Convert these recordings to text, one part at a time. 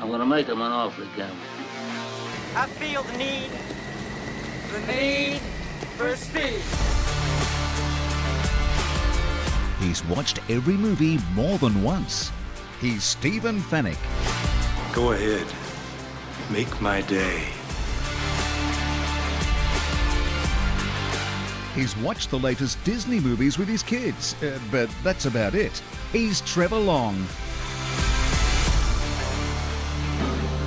I'm gonna make him an offer again. I feel the need, the need for speed. He's watched every movie more than once. He's Stephen Fennick. Go ahead. Make my day. He's watched the latest Disney movies with his kids, uh, but that's about it. He's Trevor Long.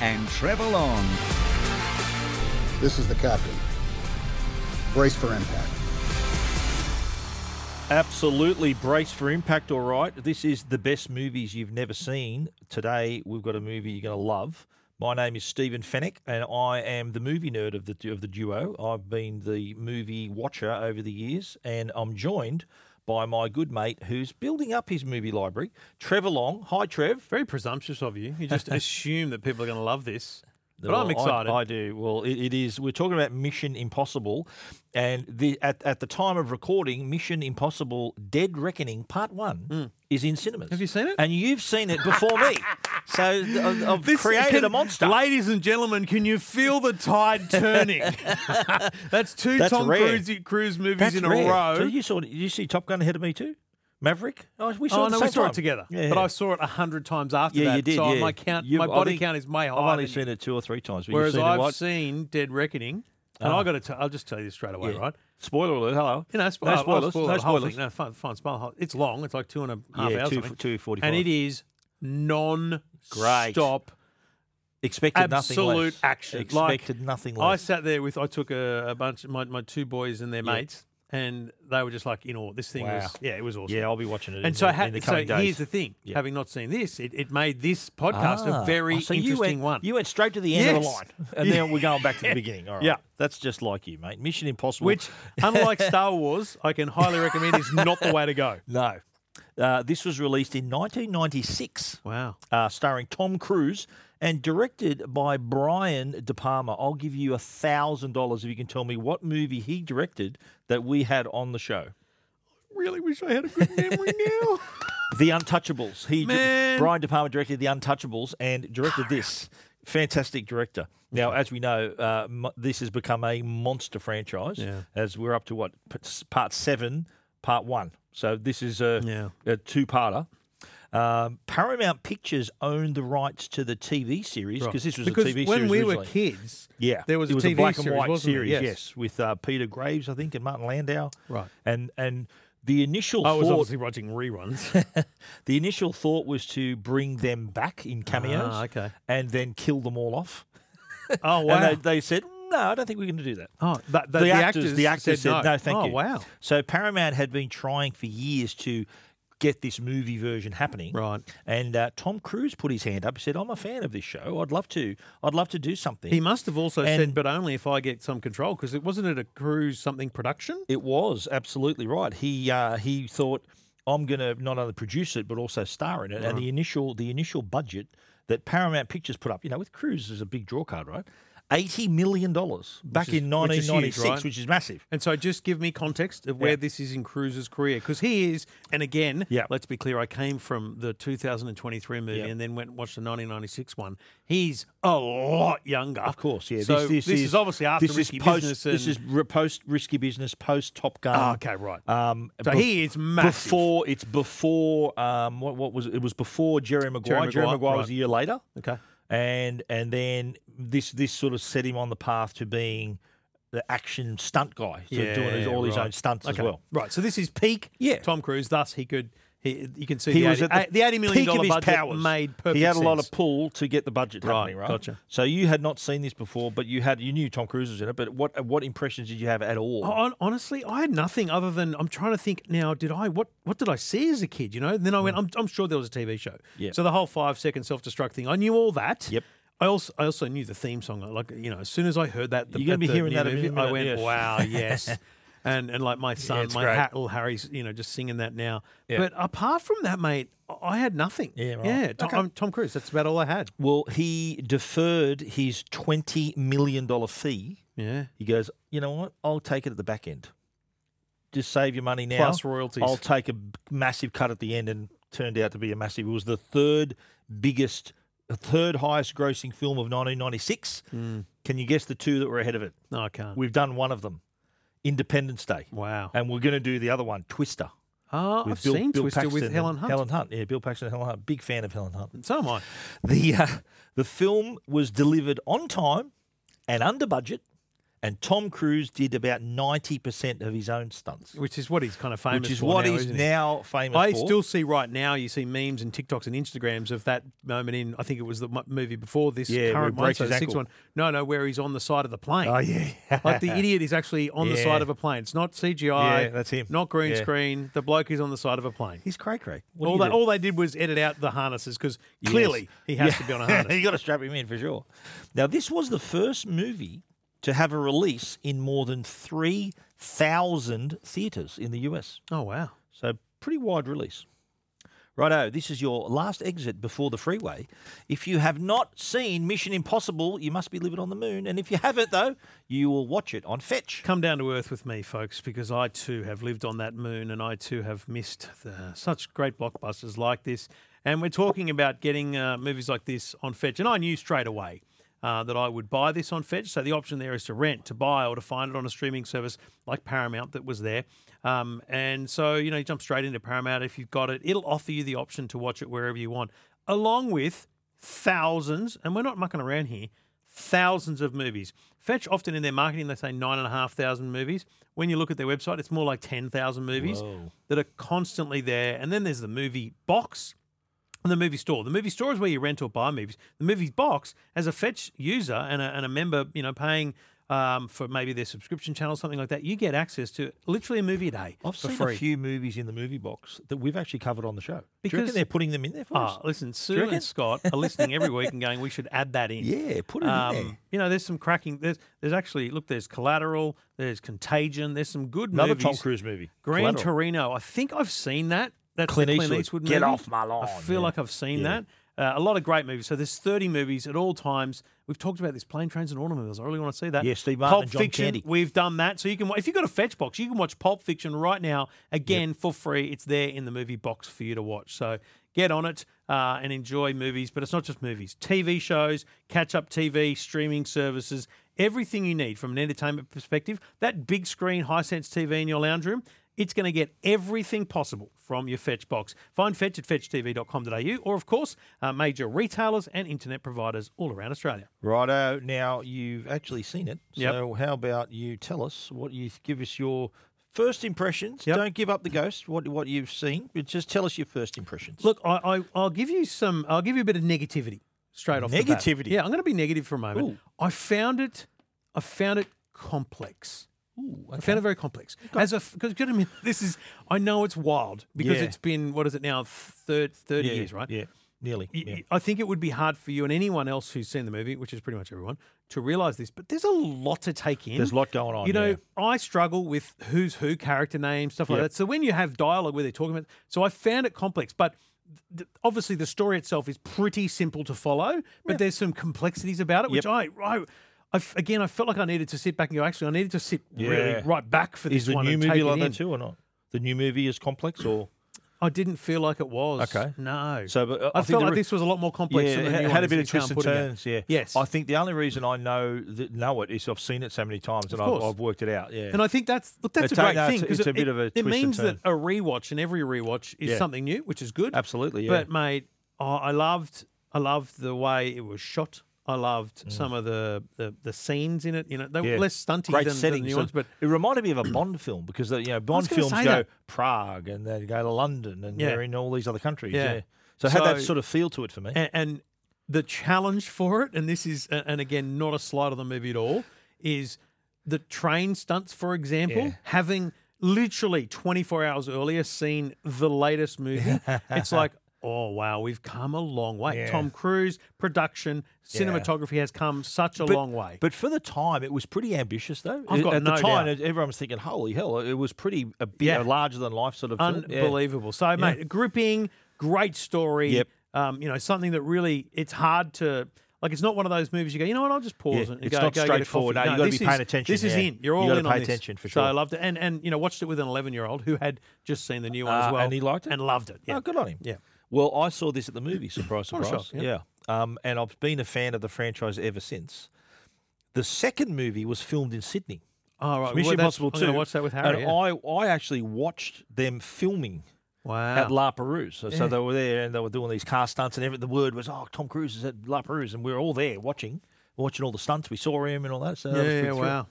and Trevor Long. This is the captain. Brace for impact. Absolutely brace for impact, all right. This is the best movies you've never seen. Today, we've got a movie you're going to love. My name is Stephen Fennick, and I am the movie nerd of the, of the duo. I've been the movie watcher over the years, and I'm joined by my good mate who's building up his movie library, Trevor Long. Hi, Trev. Very presumptuous of you. You just assume that people are going to love this. But Well, I'm I- excited. I, do. Well, it, it is. We're talking about Mission Impossible, and the at, at the time of recording, Mission Impossible: Dead Reckoning Part One is in cinemas. Hmm. Have you seen it? And you've seen it before me. So th- I've, I've This created can- a monster. Ladies and gentlemen, can you feel the tide turning? That's two That's Tom rare. Cruise, Cruise movies That's in rare. a row. So you saw? Did you see Top Gun ahead of me too? Maverick. Oh, we saw oh, it no, at the we same saw time. it together. Yeah, But yeah. I saw it a hundred times after Yeah, that. you did. so yeah. my count, You- my I body think count is way higher. I've only than seen it two or three times. but you've Whereas seen it I've what? seen Dead Reckoning, and I got to. T- I'll just tell you this straight away, Yeah. right? Spoiler alert! Hello. You know, spo- no I'll- I'll spoilers. spoil no the whole spoilers. Thing. No, fine, fine. Spoil the whole. It's long. It's like two and a half Yeah, hours. two I f- think. two 45. And it is non Great. stop Expected nothing less. absolute action. Expected like, nothing I less. sat there with I took a, a bunch of my, my two boys and their Yeah. mates, and they were just like in awe. This thing Wow. was yeah, it was awesome. yeah, I'll be watching it. in and so, the, ha- in the so coming days. here's the thing: Yeah. having not seen this, it, it made this podcast Ah. a very Oh, so interesting you went, one. You went straight to the end of the Yes. line, and then we're going back to the beginning. All right. Yeah. that's just like you, mate. Mission Impossible. which, unlike Star Wars, I can highly recommend is not the way to go. no, uh, this was released in 1996. Wow. uh, starring Tom Cruise and directed by Brian De Palma. I'll give you a thousand dollars if you can tell me what movie he directed that we had on the show. Really wish I had a good memory now. The Untouchables. He Man. Brian De Palma directed The Untouchables and directed this. Fantastic director. Now, as we know, uh, m- this has become a monster franchise. Yeah. As we're up to what p- s- part seven, part one. So this is a, Yeah. a two-parter. Um, Paramount Pictures owned the rights to the TV series because this was because a TV when series we were originally. kids, Yeah, there was, it a was TV a black series, and white wasn't series, There? with uh, Peter Graves, I think, and Martin Landau. Right. and and the initial I was thought, obviously watching reruns. the initial thought was to bring them back in cameos, Ah, okay. and then kill them all off. oh And they, they said, "No, I don't think we're going to do that." Oh, that, that, the, actors, the actors said, "No, thank oh, you." wow. So Paramount had been trying for years to get this movie version happening, Right. And uh, Tom Cruise put his hand up. He said, "I'm a fan of this show. I'd love to. I'd love to do something." He must have also And- said, but only if I get some control, because it wasn't it a cruise something production? It was absolutely right. He uh, he thought I'm going to not only produce it but also star in it. And the initial the initial budget that Paramount Pictures put up, you know, with Cruise is a big draw card, right? Eighty million dollars back is- in which is huge, 1996, right? which is massive. And so just give me context of where Yeah. this is in Cruise's career, because he is, and again, Yeah. let's be clear, I came from the 2023 movie Yeah. and then went and watched the 1996 one. He's a lot younger. Of course, yeah. So this, is, obviously after this Risky is post, Business. This and- is re- post risky business, post Top Gun. Ah, okay, right. Um, So bef- he is massive. Before it's before um, what what was it? it was before Jerry Maguire. Jerry Maguire, Maguire, was right. a year later. Okay. and and then this this sort of set him on the path to being the action stunt guy, so doing his, all his right. own stunts as Okay. well. Right. So this is peak. Yeah. Tom Cruise. Thus, he could. He, you can see He the, was 80, at the, the eighty million peak of dollar his budget powers. made perfect. He had a lot sense. of pull to get the budget company, Right, right. gotcha. So you had not seen this before, but you had you knew Tom Cruise was in it. But what what impressions did you have at all? Hon- Honestly, Oh, I had nothing other than I'm trying to think now. Did I what? What did I see as a kid? You know. And then I went. I'm, I'm sure there was a TV show. Hmm. Yeah. So the whole five second self destruct thing. I knew all that. Yep. I also I also knew the theme song. Like you know, as soon as I heard that, the, You're gonna at be the hearing new that a movie, minute, I went, yes. wow, yes. And, and like my son, it's my great. hat, little Harry's, you know, just singing that now. Yeah. But apart from that, mate, I- I had nothing. Yeah, right. yeah. Tom, I'm Tom Cruise. That's about all I had. Well, he deferred his twenty million dollar fee. Yeah. He goes, you know what? I'll take it at the back end. Just save your money now. Plus royalties. I'll take a b- massive cut at the end, and turned out to be a massive. It was the third biggest, the third highest grossing film of 1996. Mm. Can you guess the two that were ahead of it? No, I can't. We've done one of them, Independence Day. Uh. wow. And we're going to do the other one, Twister. Oh, with I've seen Twister with and Helen Hunt. Helen Hunt. Yeah, Bill Paxton and Helen Hunt. Big fan of Helen Hunt. So am I. The uh, the film was delivered on time and under budget, and Tom Cruise did about ninety percent of his own stunts, Which is what he's kind of famous which is for what now, he's isn't he? now famous I for. still see right now. You see memes and TikToks and Instagrams of that moment in. I think it was the mo- movie before this Yeah, where current he one, breaks so his the sixth ankle. one. No, no, where he's on the side of the plane. oh yeah, like the idiot is actually on the Yeah. side of a plane. It's not CGI. Yeah, that's him. Not green Yeah. screen. The bloke is on the side of a plane. He's cray cray. all they all they did was edit out the harnesses because clearly he has to be on a harness. you got to strap him in for sure. Now this was the first movie to have a release in more than three thousand theaters in the US. oh wow. So pretty wide release. Righto, this is your last exit before the freeway. If you have not seen Mission Impossible, you must be living on the moon. And if you haven't, though, you will watch it on Fetch. Come down to earth with me, folks, because I too have lived on that moon and I too have missed the, such great blockbusters like this. And we're talking about getting uh, movies like this on Fetch. And I knew straight away uh, that I would buy this on Fetch. So the option there is to rent, to buy, or to find it on a streaming service like Paramount that was there. Um, and so, you know, you jump straight into Paramount if you've got it. It'll offer you the option to watch it wherever you want, along with thousands, and we're not mucking around here, thousands of movies. Fetch often in their marketing they say nine and a half thousand movies. When you look at their website, it's more like ten thousand movies that are constantly there. And then there's the movie box and the movie store. The movie store is where you rent or buy movies. The movie box, as a Fetch user and a, and a member, you know, paying. Um, for maybe their subscription channel, something like that, you get access to literally a movie a day I've for seen free. a few movies in the movie box that we've actually covered on the show. Do you Because- reckon they're putting them in there for us? Ah, listen, you Sue reckon? and Scott are listening every week and going, we should add that in. Um, Yeah, put it in there. You know, there's some cracking. There's there's actually look. There's Collateral. There's Contagion. There's some good Another movies. Tom Cruise movie. Gran Collateral. Torino. I think I've seen that. That's Clint the Eastwood. Eastwood Get movie. off my lawn, I feel yeah. like I've seen Yeah. that. Uh, a lot of great movies. So there's 30 movies at all times. We've talked about this plane, trains, and automobiles. I really want to see that. Yeah, Steve Martin Pulp and John Fiction. Candy. We've done that. So you can, wa- if you've got a fetch box, you can watch Pulp Fiction right now again for free. It's there in the movie box for you to watch. So get on it uh, and enjoy movies. But it's not just movies, TV shows, catch up TV, streaming services, everything you need from an entertainment perspective. That big screen, high sense TV in your lounge room. It's going to get everything possible from your Fetch box. Find Fetch at fetchtv.com.au or, of course, uh, major retailers and internet providers all around Australia. Righto. Now, you've actually seen it. Yep. So, how about you tell us what you give us your. First impressions. Yep. Don't give up the ghost. What what you've seen, but just tell us your first impressions. Look, I, I, I'll give you some. I'll give you a bit of negativity straight off. The bat. Negativity? Yeah, I'm going to be negative for a moment. Ooh. I found it. I found it complex. I found it very complex. As a because I mean, this is. I know it's wild because Yeah. it's been what is it now? Third, thirty Yeah, years, right? Yeah, nearly. Y- yeah. y- I think it would be hard for you and anyone else who's seen the movie, which is pretty much everyone, to realize this. But there's a lot to take in. There's a lot going on, You know, yeah. I struggle with who's who, character names, stuff like Yep. that. So when you have dialogue where they're talking about, so I found it complex, but. th- Obviously, the story itself is pretty simple to follow, but there's some complexities about it, which I, I, I f- again, I felt like I needed to sit back and go. Actually, I needed to sit Yeah. really right back for this Is the one new and take movie it like in. that too, or not? The new movie is complex, or I didn't feel like it was. Okay. No. So, but, uh, I I, think felt the like re- this was a lot more complex. than the it new had one, a is- bit of is how I'm twists and putting it. turns. Yeah, Yes. I think the only reason I know that, know it is I've seen it so many times and I've, course. I've worked it out. Yeah, And I think that's look, that's It's a a- great no, thing it's a- 'cause it's a it- bit of a it, twist and means that turn. a rewatch and every rewatch is Yeah. something new, which is good. Absolutely, yeah. But mate, oh, I loved I loved the way it was shot. I Mm. loved some of the, the, the scenes in it. You know, they were less stunty Great than, than the settings, new so ones, but it reminded me of a Bond film because the, you know was Bond gonna films say go that. Prague and they go to London and Yeah. they're in all these other countries. Yeah. Yeah, so it had that So- sort of feel to it for me. and, and the challenge for it, and this is, a- and again, not a slight of the movie at all, is the train stunts, for example, Yeah. having literally 24 hours earlier seen the latest movie. it's like, oh, wow, we've come a long way. Yeah. Tom Cruise, production, cinematography has come such a but, long way. But for the time, it was pretty ambitious, though. I've It- got At no the time, doubt. it- everyone was thinking, "Holy hell!" It was pretty a bit Yeah. a larger than life sort of film. Yeah. Unbelievable. So, mate, gripping, great story. Yep. Um, you know, something that really it's hard to like. It's not one of those movies you go, you know what? I'll just pause Yeah, and it's go, not go straightforward. Get No, a coffee. you gotta this be is- paying attention, This is yeah. in. You're You all gotta in pay on this. attention for So I sure. loved it, and and you know, watched it with an 11 year old who had just seen the new one Uh, as well, and he liked it? and loved it. Yeah. Oh, good on him. Yeah. Well, I saw this at the movie. Surprise, What a surprise. shock, yeah. yeah. Um, and I've been a fan of the franchise ever since. The second movie was filmed in Sydney. All right. Mission well, that's- Impossible I'm 2. gonna watch that with And Harry. yeah. I, I actually watched them filming wow. at La Perouse. So, so they were there and they were doing these car stunts and every, the word was, oh, Tom Cruise is at La Perouse. And we were all there watching, watching all the stunts. We saw him and all that. So that yeah, was yeah, pretty thrill. wow.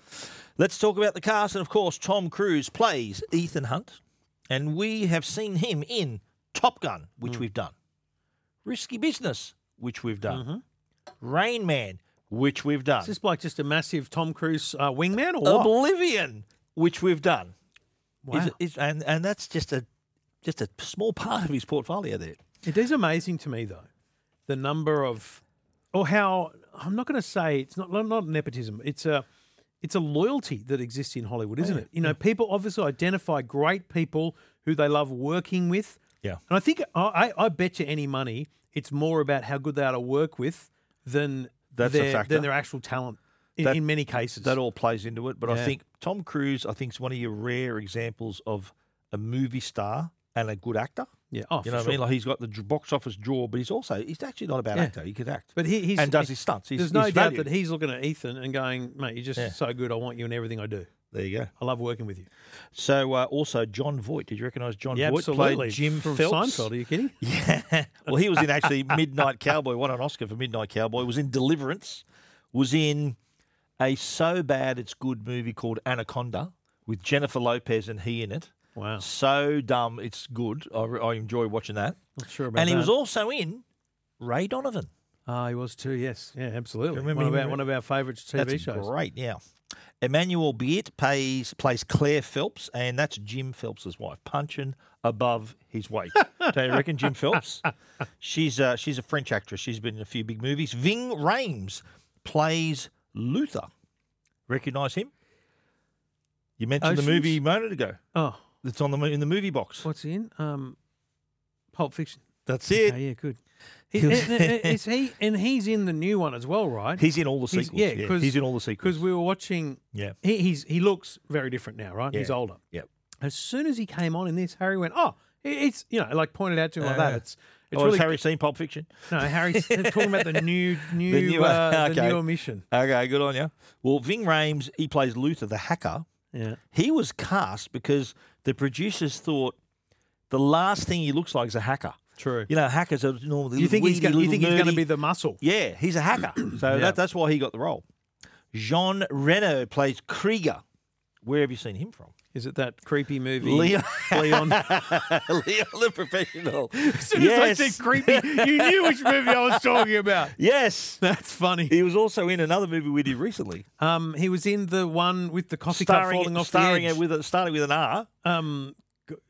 Let's talk about the cast. And of course, Tom Cruise plays Ethan Hunt. And we have seen him in Top Gun, Hmm. which we've done, Risky Business, which we've done, Rain Man, which we've done, Is Mm-hmm. this like just a massive Tom Cruise uh, wingman or what? Oblivion, which we've done. Wow. Is- is- and, and that's just a just a small part of his portfolio there. It is amazing to me though, the number of, or how I'm not going to say it's not not nepotism. It's a, it's a loyalty that exists in Hollywood, isn't it? You know, people obviously identify great people who they love working with. Yeah. and I think I I, I bet you any money it's more about how good they are to work with than That's a their, factor. than their actual talent in, That- in many cases. That all plays into it. But Yeah. I think Tom Cruise, I think, is one of your rare examples of a movie star and a good actor. yeah, oh, You for know what sure. I mean? Like he's got the j- box office jaw, but he's also he's actually not a bad Yeah. actor. He could act, But he, he's and does he- his stunts. He's, there's no he's doubt valued. that he's looking at Ethan and going, mate, you're just Yeah. so good. I want you in everything I do. There you go. I love working with you. So uh, also John Voight. Did you recognise John Yeah, Voight absolutely. played Jim from Phelps? Seinfeld. Are you kidding? Yeah. well, he was in actually Midnight Cowboy. Won an Oscar for Midnight Cowboy. Was in Deliverance. Was in a so bad it's good movie called Anaconda with Jennifer Lopez and he in it. Wow. So dumb it's good. I, re- I enjoy watching that. Not sure about And he was that. also in Ray Donovan. Ah, he was too. Yes, yeah, absolutely. remember one, him of our, in- one of our favourite TV that's shows. Great, yeah. Emmanuel Beard plays plays Claire Phelps, and that's Jim Phelps' wife, punching above his weight. Do you reckon Jim Phelps? She's uh, she's a French actress. She's been in a few big movies. Ving Rhames plays Luther. Recognise him? You mentioned Oceans? the movie a moment ago. Oh, That's on the mo- in the movie box. what's he in? Um, Pulp Fiction. That's Oh, it. yeah, good. He was- Is, is he and he's in the new one as well, right? He's in all the He's- sequels. yeah, he's in all the sequels. Because we were watching. Yeah. he, he's he looks very different now, right? He's Yeah. older. Yep. As soon as he came on in this, Harry went, "Oh, it- it's you know," like pointed out to him like that. Yeah. It's it's Oh, really has Harry seen Pulp Fiction? no. Harry's they're talking about the new new new- uh, the okay. newer mission. Okay, good on you. Well, Ving Rhames, he plays Luther, the hacker. Yeah. He was cast because the producers thought the last thing he looks like is a hacker. True. You know, hackers are normally Do you think he's weedy, gonna, you little think he's going to nerdy- be the muscle? Yeah, he's a hacker. So Yeah. that, that's why he got the role. Jean Reno plays Krieger. Where have you seen him from? Is it that creepy movie Leo- Leon? as Leo the Professional. As soon as I said creepy, you knew which movie I was talking about. yes. That's funny. He was also in another movie we did recently, Um, he was in the one with the coffee cup starring, falling off starring the edge. with a, starting with an R. um,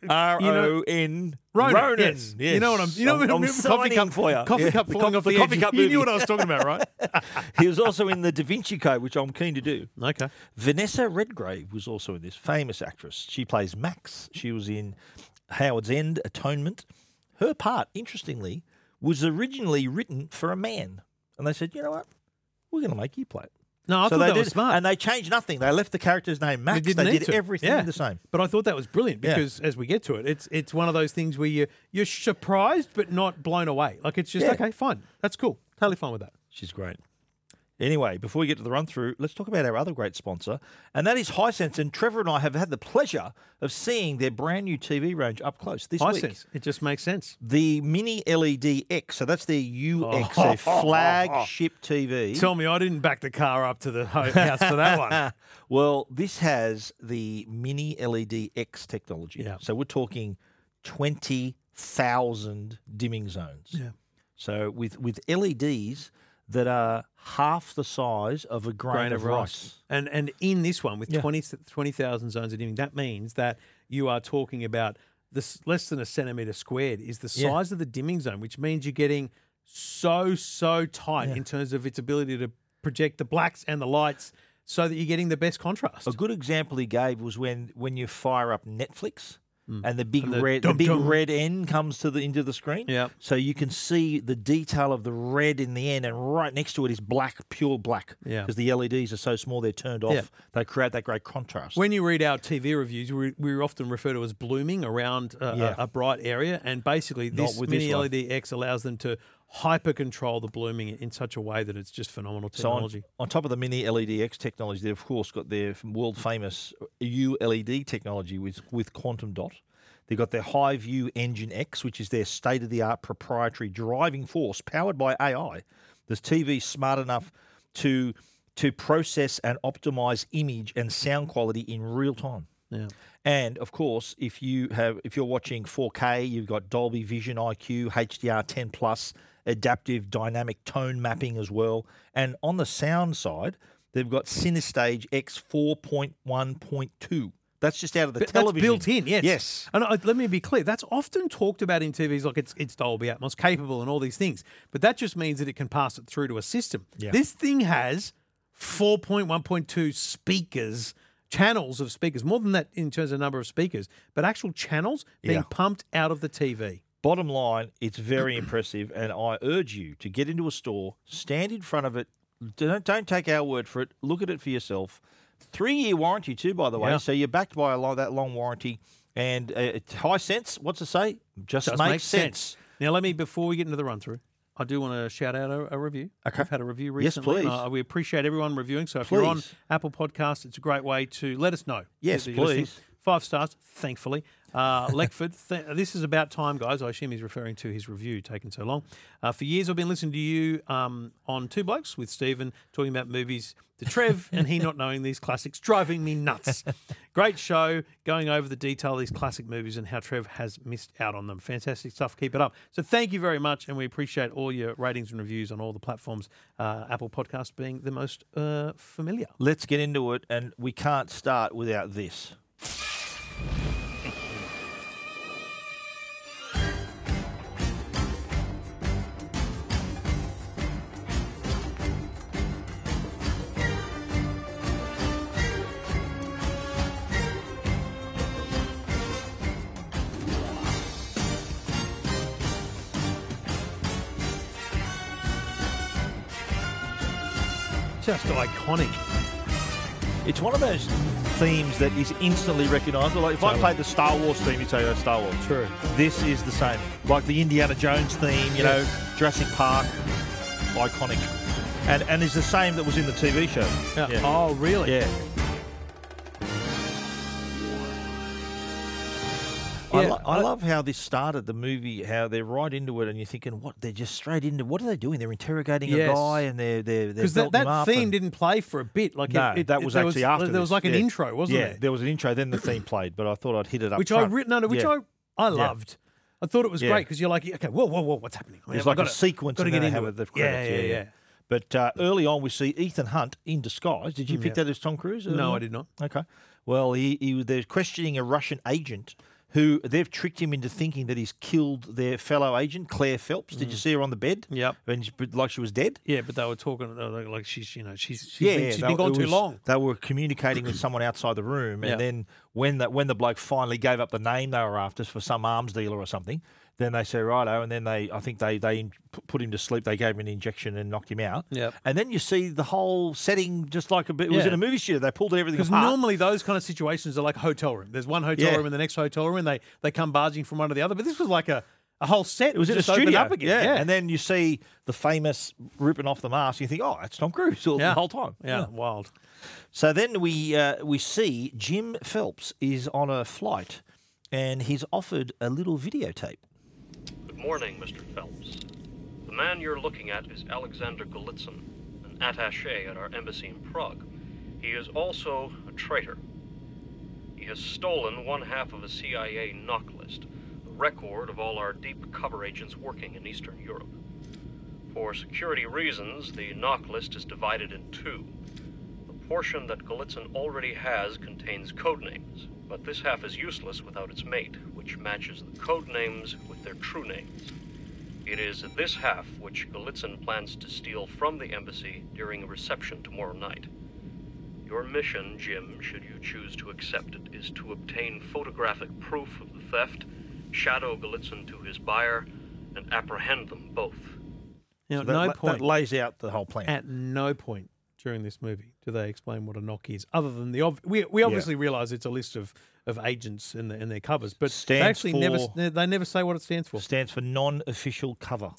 R You know- O N Ronan. Yes. You know what I'm. You know what I'm, I'm coffee signing cup for you. Coffee Yeah. cup The falling co- off the, the edge. coffee cup you knew movie. what I was talking about, right? He was also in the Da Vinci Code, which I'm keen to do. okay. Vanessa Redgrave was also in this famous actress. She plays Max. She was in Howard's End, Atonement. Her part, interestingly, was originally written for a man, and they said, you know what, we're going to make you play it. No, I so thought they that did, was smart. and they changed nothing. They left the character's name Max. They didn't need did to. everything Yeah. the same. But I thought that was brilliant Yeah. because as we get to it, it's it's one of those things where you you're surprised but not blown away. Like it's just Yeah. okay, fine, that's cool, totally fine with that. She's great. Anyway, before we get to the run through, let's talk about our other great sponsor, and that is Hisense. And Trevor and I have had the pleasure of seeing their brand new TV range up close this I week. sense it just makes sense. The Mini LED X, so that's their UX, their flagship TV. Tell me, I didn't back the car up to the ho- house for that one. well, this has the Mini LED X technology. Yeah. So we're talking 20,000 dimming zones. Yeah. So with, with LEDs that are half the size of a grain, of, rice. And and in this one with Yeah. twenty twenty thousand 20,000 zones of dimming, that means that you are talking about this less than a centimeter squared is the Yeah. size of the dimming zone, which means you're getting so so tight in terms of its ability to project the blacks and the lights so that you're getting the best contrast. A good example he gave was when when you fire up Netflix and the big Mm. And the red the dum big dum. red end comes to the into the screen. Yep. So you can see the detail of the red in the end, and right next to it is black, pure black. Yeah. Because the LEDs are so small, they're turned off. Yeah. They create that great contrast. When you read our TV reviews, we, we often refer to as blooming around uh, a- Yeah. a, bright area, and basically Not this with this mini one. LED X allows them to hyper control the blooming in such a way that it's just phenomenal so on, technology. on top of the mini LEDX technology, they've of course got their world famous ULED technology with with quantum dot. They've got their High View Engine X, which is their state of the art proprietary driving force powered by AI. This TV smart enough to to process and optimize image and sound quality in real time. yeah. And of course, if you have if you're watching 4K, you've got Dolby Vision IQ, HDR10 plus, adaptive dynamic tone mapping as well. And on the sound side, they've got CineStage X 4.1.2. That's just out of the But television. That's built in, yes. Yes. And I, let me be clear, that's often talked about in TVs like it's it's Dolby Atmos capable and all these things. But that just means that it can pass it through to a system. Yeah. This thing has 4.1.2 speakers, channels of speakers, more than that in terms of number of speakers, but actual channels being Yeah. pumped out of the TV. Bottom line, it's very impressive, and I urge you to get into a store, stand in front of it. Don't, don't take our word for it. Look at it for yourself. Three year warranty too, by the way. Yeah. So you're backed by a lot that long warranty. And uh, it's high sense, what's it say? Just, Does makes make sense. Now, let me, before we get into the run through, I do want to shout out a, a review. Okay. We've had a review Yes, recently. and please. I- we appreciate everyone reviewing. So if you're on Please. Apple Podcasts, it's a great way to let us know. Yes, that you're listening. please. Five stars, thankfully. Uh, Leckford, th- this is about time, guys. I assume he's referring to his review taking so long. Uh, for years, I've been listening to you um, on Two Blokes with Stephen talking about movies to Trev and he not knowing these classics, driving me nuts. Great show going over the detail of these classic movies and how Trev has missed out on them. Fantastic stuff. Keep it up. So thank you very much. And we appreciate all your ratings and reviews on all the platforms, uh, Apple Podcasts being the most uh, familiar. Let's get into it, and we can't start without this. Just iconic. It's one of those themes that is instantly recognisable. Like if I played the Star Wars theme, you'd say, oh, Star Wars. True. This is the same. Like the Indiana Jones theme, you know, Jurassic Park, iconic. And and is the same that was in the TV show. Yeah. Oh, really? Yeah. I, Yeah, lo- I I- love how this started the movie. How they're right into it, and you're thinking, "What? They're just straight into what are they doing? They're interrogating a Yes. guy, and they're they're they're Because that, belting him that up theme and- didn't play for a bit. Like no, it, it- that it- was there actually after. There was this, like an yeah. intro, wasn't yeah, there? was an intro, then the theme played. But I thought I'd hit it up. which I front. re- no, no, which Yeah. I I loved. I thought it was Yeah. great because you're like, okay, whoa, whoa, whoa, what's happening? I mean, It's I've like a gotta- sequence. gotta and then get they into have it. The credits, yeah, yeah, yeah. But uh, early on, we see Ethan Hunt in disguise. Did you pick that as Tom Cruise? early Hmm, No, I on? did not. Okay. Well, he, he they're questioning a Russian agent who they've tricked him into thinking that he's killed their fellow agent Claire Phelps. Did you see her on the bed? Hmm. Yep. And she, like she was dead. Yeah, but they were talking they were like, like she's, you know, she's she's been, she's been they- gone it too was- long. They were communicating with someone outside the room, Yeah. and then when the when the bloke finally gave up the name they were after for some arms dealer or something, then they said righto, and then they I think they they in- pu- put him to sleep. They gave him an injection and knocked him out. Yep. And then you see the whole setting just like a bit. It was Yeah. in a movie studio. They pulled everything Because apart. normally those kind of situations are like hotel room. There's one hotel Yeah. room and the next hotel room, and they they come barging from one to the other. But this was like a. a whole set. It was in just a opened studio. up again. Yeah. and then you see the famous ripping off the mask. You think, oh, that's Tom Cruise all, the whole time. Yeah, wild. So then we uh, we see Jim Phelps is on a flight, and he's offered a little videotape. Good morning, Mr. Phelps. The man you're looking at is Alexander Golitsyn, an attache at our embassy in Prague. He is also a traitor. He has stolen one half of a CIA knock list, the record of all our deep cover agents working in Eastern Europe. For security reasons, the knock list is divided in two. The portion that Golitsyn already has contains code names, but this half is useless without its mate, which matches the code names with their true names. It is this half which Golitsyn plans to steal from the embassy during a reception tomorrow night. Your mission, Jim, should you choose to accept it, is to obtain photographic proof of the theft, shadow Golitsyn to his buyer, and apprehend them both. Now, at That, no that point lays out the whole plan. at no point during this movie do they explain what a knock is, other than the ob- we we obviously realize it's a list of, of agents and the, and their covers, but Stands they actually never s- for- they they never say what it stands for. Stands for non-official cover.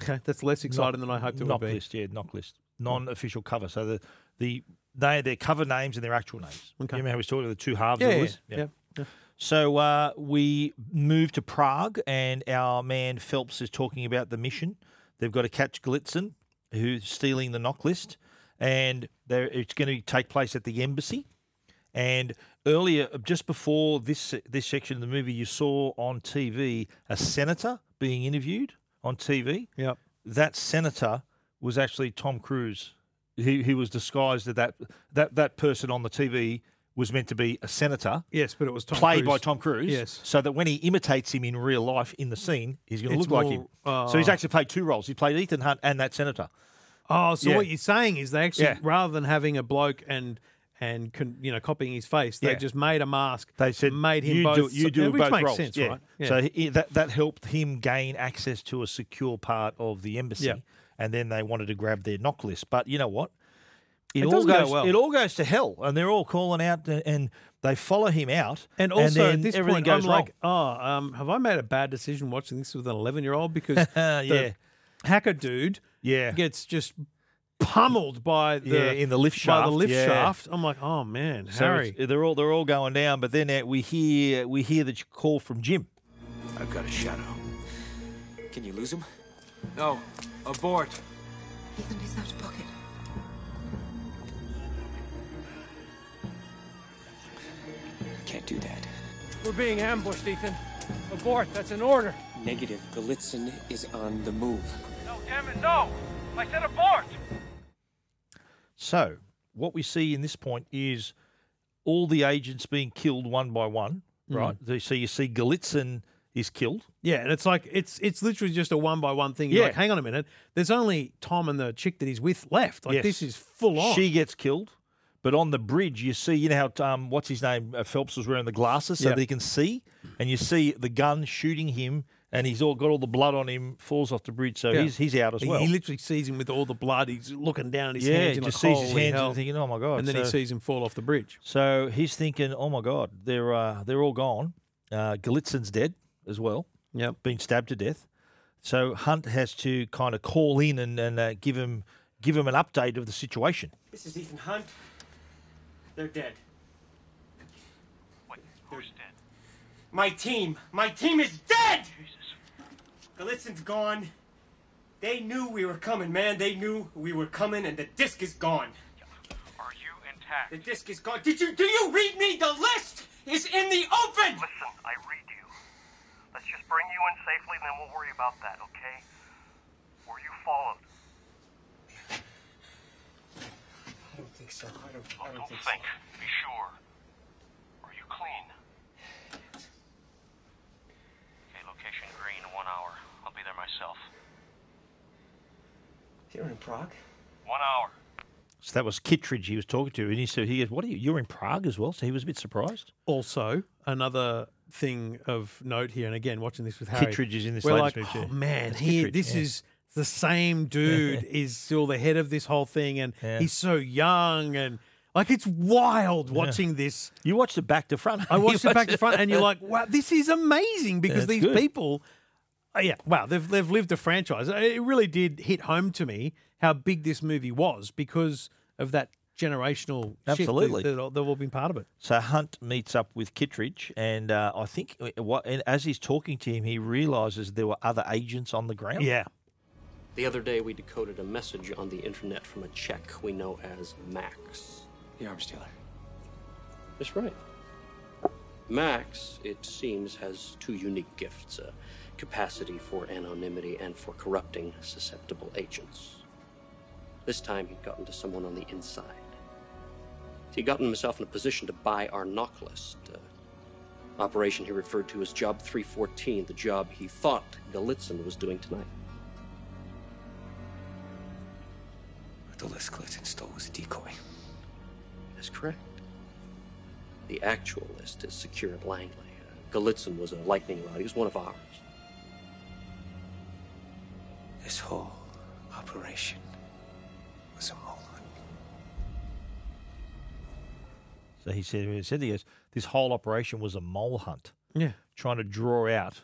Okay, that's less exciting than I hoped it would knock be. list, yeah, knock list, non-official cover. So the the they their cover names and their actual names. Okay. You remember how we was talking about the two halves Yeah, of the yeah, list? yeah. yeah. So uh, we move to Prague, and our man Phelps is talking about the mission. They've got to catch Glitzen, who's stealing the knock list, and they're- it's going to take place at the embassy. And earlier, just before this this section of the movie, you saw on TV a senator being interviewed on TV. Yep. That senator was actually Tom Cruise. He he was disguised as that that that person on the TV was meant to be a senator Yes, but it was Tom played by Cruise. Tom Cruise. Yes. So that when he imitates him in real life in the scene, he's going to It's look like him. more, so he's uh, actually played two roles. He played Ethan Hunt and that senator. Oh, so Yeah. what you're saying is they actually Yeah. rather than having a bloke and and con, you know copying his face, they Yeah. just made a mask. They said made him you both. do you do which both makes roles. sense, yeah. right? Yeah. So he, that that helped him gain access to a secure part of the embassy, Yeah. and then they wanted to grab their knock list. But you know what? It all doesn't go goes well. it all goes to hell, and they're all calling out and, and they follow him out. And also, then at this everything point, goes I'm wrong. like, oh, um, have I made a bad decision watching this with an 11 year old? Because the hacker dude Yeah. gets just pummeled by the Yeah, in the lift by the shaft, lift yeah. shaft. I'm like, oh man, So Harry. it's- they're all they're all going down, but then uh, we hear we hear the call from Jim. I've got a shadow. Can you lose him? No, abort. Ethan, he's out of pocket. Can't do that. We're being ambushed, Ethan. Abort, that's an order. Negative. Galitzin is on the move. No, damn it, no! I said abort! So what we see in this point is all the agents being killed one by one, right? They- So you see Galitzin is killed. Yeah, and it's like it's it's literally just a one by one thing. You're Yeah. like, hang on a minute. There's only Tom and the chick that he's with left. Like Yes. this is full on. She gets killed, but on the bridge you see you know how um, what's his name uh, Phelps was wearing the glasses so Yeah. that he can see, and you see the gun shooting him, and he's all got all the blood on him, falls off the bridge, so Yeah. he's he's out as He- well. He literally sees him with all the blood. He's looking down at his yeah, hands. and just like, sees his "Holy hands hell." and thinking, oh my god, and then he So- sees him fall off the bridge. So he's thinking, oh my God, they're uh, they're all gone. Uh, Galitzin's dead as well, Yep. been stabbed to death. So Hunt has to kind of call in and, and uh, give him give him an update of the situation. This is Ethan Hunt. They're dead. Wait, who's dead? My team! My team is dead! Jesus. Galitzin's gone. They knew we were coming, man. They knew we were coming, and the disc is gone. Are you intact? The disc is gone. Did you do you read me? The list is in the open! Listen, I read you. Let's just bring you in safely, and then we'll worry about that, okay? Were you followed? I don't think so. I don't, Oh, don't think. Be sure. Are you clean? Okay, location green, one hour. I'll be there myself. You're in Prague? One hour. So that was Kittredge he was talking to, and he said, "He goes, what are you? You're in Prague as well." So he was a bit surprised. Also, another thing of note here, and again, watching this with Harry, Kittredge is in this we're latest like, movie, oh yeah. man, It's he, Kittredge, this yeah. is the same dude is still the head of this whole thing, and Yeah. he's so young, and like it's wild watching this. You watched it back to front. I You watched it back to watched front, and you're like, wow, this is amazing because That's these good. people Uh, yeah, wow, they've they've lived a franchise. Uh, It really did hit home to me how big this movie was because of that generational Absolutely. shift that- that, all- they've all been part of it. So Hunt meets up with Kittredge, and uh, I think what, and as he's talking to him, he realizes there were other agents on the ground. The other day, we decoded a message on the internet from a Czech we know as Max. The arms dealer. That's right. Max, it seems, has two unique gifts a capacity for anonymity and for corrupting susceptible agents. This time, he'd gotten to someone on the inside. He'd gotten himself in a position to buy our knock list. uh, operation he referred to as Job 314, the job he thought Galitzin was doing tonight. The list Glitson stole was a decoy. That's correct. The actual list is secure at Langley. Uh, Galitzin was a lightning rod. He was one of ours. This whole operation was a mole. So he said, he said, he goes, this whole operation was a mole hunt. Yeah. Trying to draw out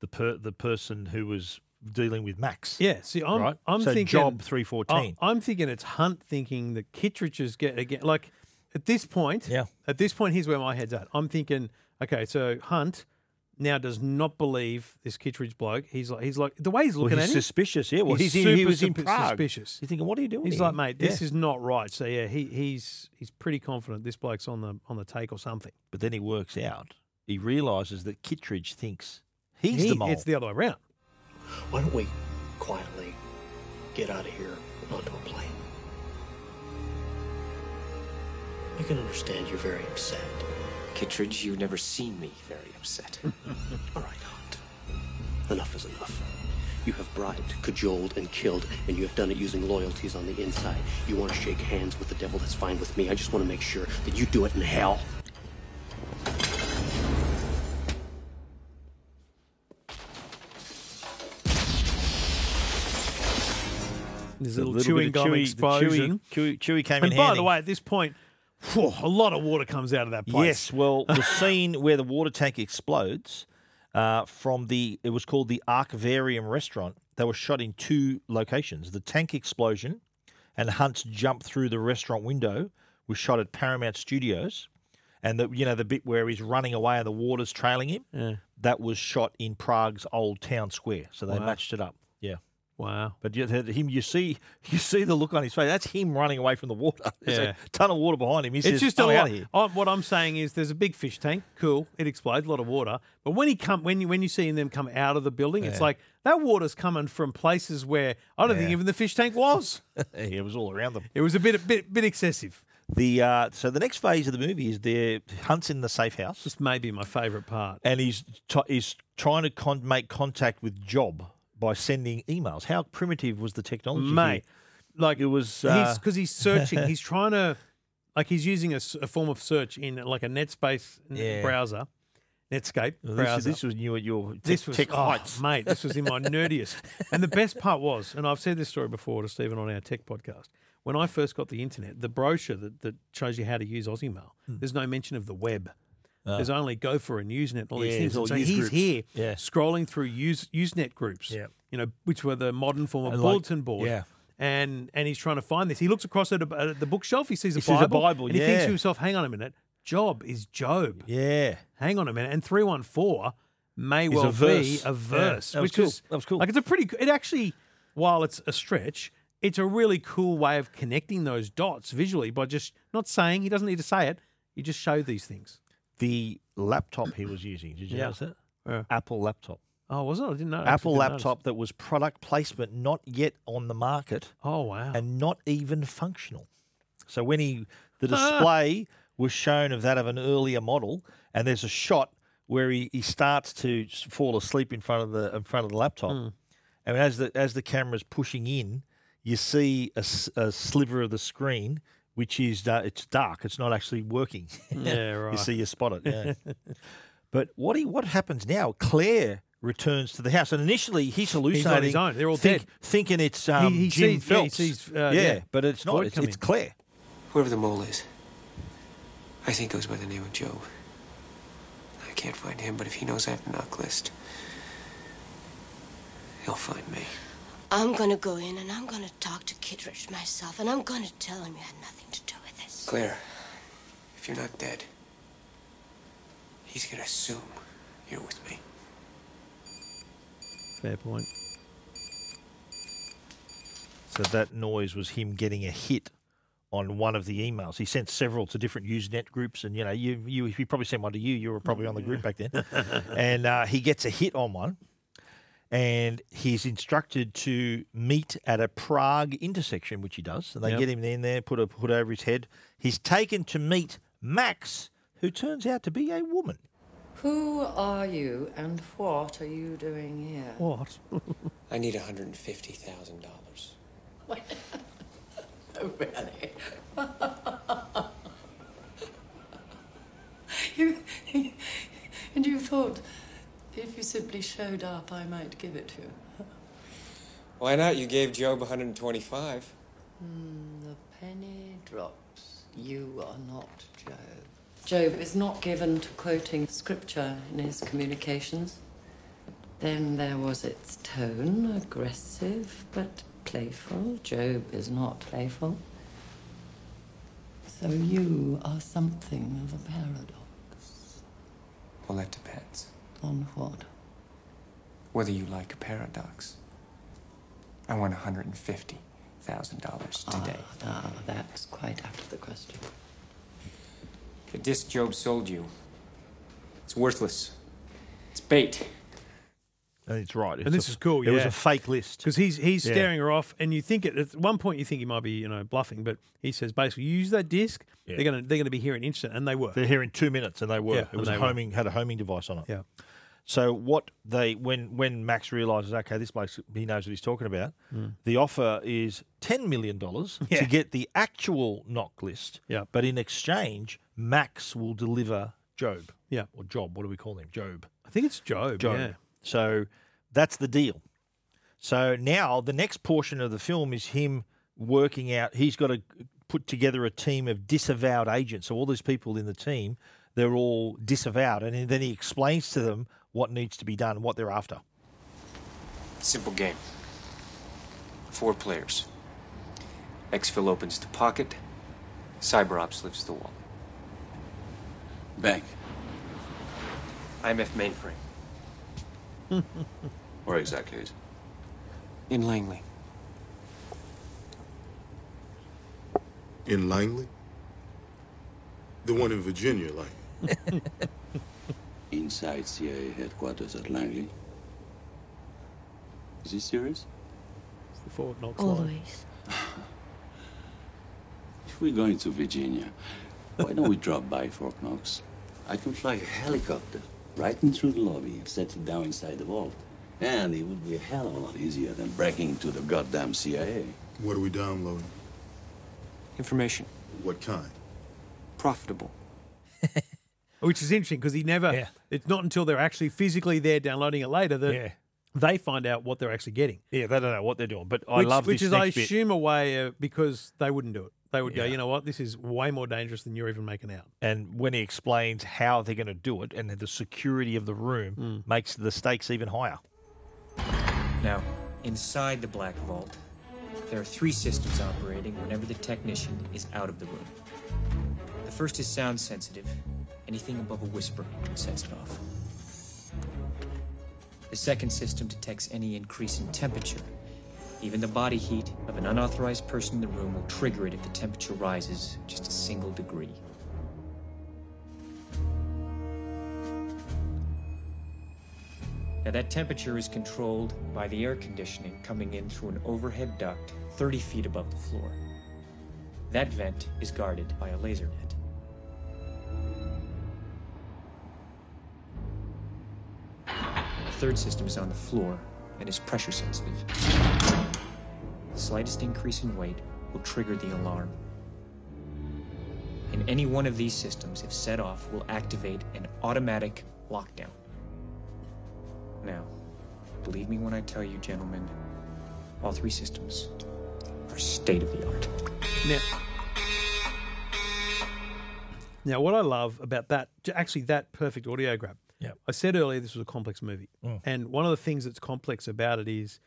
the per, the person who was dealing with Max. Yeah, see, I'm, right? I'm so thinking job three fourteen. I- I'm thinking it's Hunt thinking that Kittredge is get again. Like at this point, yeah. At this point, here's where my head's at. I'm thinking, okay, so Hunt now does not believe this Kittredge bloke. He's like, he's like the way he's Well, looking he's at him. suspicious, yeah. Well, he's in- he was in supi- Prague. Suspicious. You're thinking, what are you doing He's here? like, mate, this Yeah. is not right. So yeah, he he's he's pretty confident this bloke's on the on the take or something. But then he works out. He realizes that Kittredge thinks he's He- the mole. It's the other way around. Why don't we quietly get out of here and onto a plane? I can understand you're very upset. Kittredge, you've never seen me very upset. All right, Hunt. Enough is enough. You have bribed, cajoled, and killed, and you have done it using loyalties on the inside. You want to shake hands with the devil, that's fine with me. I just want to make sure that you do it in hell. There's The a little, little bit chewing of gum chewy- the chewy- explosion. chewy- chewy came and in by handy. the way, at this point, phew, a lot of water comes out of that place. Yes, well, the scene where the water tank explodes uh, from the it was called the Archivarium restaurant. They were shot in two locations: the tank explosion and Hunt's jump through the restaurant window was shot at Paramount Studios, and the you know the bit where he's running away and the water's trailing him Yeah. that was shot in Prague's old town square. So they Wow. matched it up. Yeah. Wow. But you, him, you see, you see the look on his face. That's him running away from the water. There's Yeah. a ton of water behind him. He it's says, just a "I'm out lot. of here." I, what I'm saying is, there's a big fish tank. Cool, it explodes, a lot of water. But when he come, when you when you see them come out of the building, it's Yeah. like that water's coming from places where I don't think Yeah. even the fish tank was. it was all around them. It was a bit a bit bit excessive. The uh, so the next phase of the movie is the hunts in the safe house. This may be my favourite part. And he's t- he's trying to con- make contact with Job by sending emails. How primitive was the technology, here? Mate, Like it was because uh, he's, searching. he's trying to, like, he's using a, s- a form of search in like a Netspace n- Yeah. browser, Netscape Well, this- browser. this was new at your tech- this was, tech oh, heights. mate. This was in my nerdiest. And the best part was, and I've said this story before to Stephen on our tech podcast. When I first got the internet, the brochure that, that shows you how to use Aussie Mail, Hmm. there's no mention of the web. Ah. There's only Gopher and Usenet and all Yeah, these things. it's all And so use he's groups. here Yeah. scrolling through use, Usenet groups, Yeah. you know, which were the modern form of And like- bulletin board yeah. and and he's trying to find this. He looks across at, a, at the bookshelf. He sees a He sees Bible. a Bible, and he thinks yeah. to himself, "Hang on a minute, Job is Job." Yeah. Hang on a minute, and three one four may Is a well be verse. a Yeah, verse, that was which cool. is That was cool. Like it's a pretty. It actually, while it's a stretch, it's a really cool way of connecting those dots visually by just not saying. He doesn't need to say it. You just show these things. the laptop he was using. Did you Yeah. notice that? Yeah. Apple laptop. Oh, was it? I didn't know. actually Apple didn't notice. laptop that was product placement, not yet on the market. Oh wow! And not even functional. So when he the Ah. display was shown of that of an earlier model, and there's a shot where he, he starts to s- fall asleep in front of the in front of the laptop, Hmm. and as the as the camera's pushing in, you see a, s- a sliver of the screen. Which is uh, it's dark. It's not actually working. Yeah, right. you see, you spot it. Yeah. But what he what happens now? Claire returns to the house, and initially he's He's hallucinating. on his own. They're all think- dead. thinking it's um, He- he Jim sees- yeah, he Phelps. sees, uh, yeah, yeah, but it's not. Floyd It's, come it's in. Claire. Whoever the mole is, I think goes by the name of Joe. I can't find him, but if he knows I have the knock list, They'll find me. I'm gonna go in and I'm gonna talk to Kittredge myself and I'm gonna tell him you had nothing to do with this. Claire, if you're not dead, he's gonna assume you're with me. Fair point. So that noise was him getting a hit on one of the emails. He sent several to different Usenet groups, and you know, you you he probably sent one to you. You were probably on the group back then, and uh, he gets a hit on one, and he's instructed to meet at a Prague intersection, which he does. And they Yep. get him in there, put a hood over his head. He's taken to meet Max, who turns out to be a woman. Who are you and what are you doing here? What? I need $150,000. really? you, and you thought if you simply showed up, I might give it to you. Why not? You gave Job 125. Hmm, the penny drops. You are not Job. Job is not given to quoting scripture in his communications. Then there was its tone, aggressive but playful. Job is not playful. So you are something of a paradox. Well, that depends. On what? Whether you like a paradox. I want $150,000 today. Ah, that's quite out of the question. The disc Job sold you. It's worthless. It's bait. And it's right. and this is cool. It was yeah. a fake list because he's he's Yeah. scaring her off, and you think at, at one point you think he might be you know bluffing, but he says basically use that disc. Yeah. They're gonna they're gonna be here in instant, and they were. They're here in two minutes, and they were. Yeah, it and was a they were. homing had a homing device on it. Yeah. So what they when when Max realizes okay this bloke he knows what he's talking about, Mm. the offer is ten million dollars Yeah. to get the actual knock list. Yeah. But in exchange, Max will deliver Job. Yeah. Or Job. What do we call him? Job. I think it's Job. yeah. So that's the deal. So now the next portion of the film is him working out. He's got to put together a team of disavowed agents. So all these people in the team, they're all disavowed, and then he explains to them what needs to be done, what they're after. Simple game. Four players. Exfil opens the pocket. Cyberops lifts the wall. Bank. IMF mainframe. Where exactly is? In Langley. In Langley? The one in Virginia, like. Inside CIA headquarters at Langley. Is he serious? It's the Fort Knox line. Always. If we're going to Virginia, why don't we drop by Fort Knox? I can fly a helicopter right in through the lobby and set it down inside the vault. And it would be a hell of a lot easier than breaking into the goddamn CIA. What are we downloading? Information. What kind? Profitable. Which is interesting because he never. It's not until they're actually physically there downloading it later that Yeah. they find out what they're actually getting. Yeah, they don't know what they're doing, but I which, love which this is I next bit. assume a way uh, because they wouldn't do it. They would go, Yeah. you know what, this is way more dangerous than you're even making out. and when he explains how they're going to do it, and the security of the room Mm. makes the stakes even higher. Now, inside the Black Vault, there are three systems operating whenever the technician is out of the room. The first is sound sensitive. Anything above a whisper sets it off. The second system detects any increase in temperature. Even the body heat of an unauthorized person in the room will trigger it if the temperature rises just a single degree. Now, that temperature is controlled by the air conditioning coming in through an overhead duct 30 feet above the floor. That vent is guarded by a laser net. The third system is on the floor and is pressure sensitive. The slightest increase in weight will trigger the alarm. And any one of these systems, if set off, will activate an automatic lockdown. Now, believe me when I tell you, gentlemen, all three systems are state of the art. Now, now, what I love about that, j- actually, that perfect audio grab. Yeah. I said earlier this was a complex movie, Mm. and one of the things that's complex about it is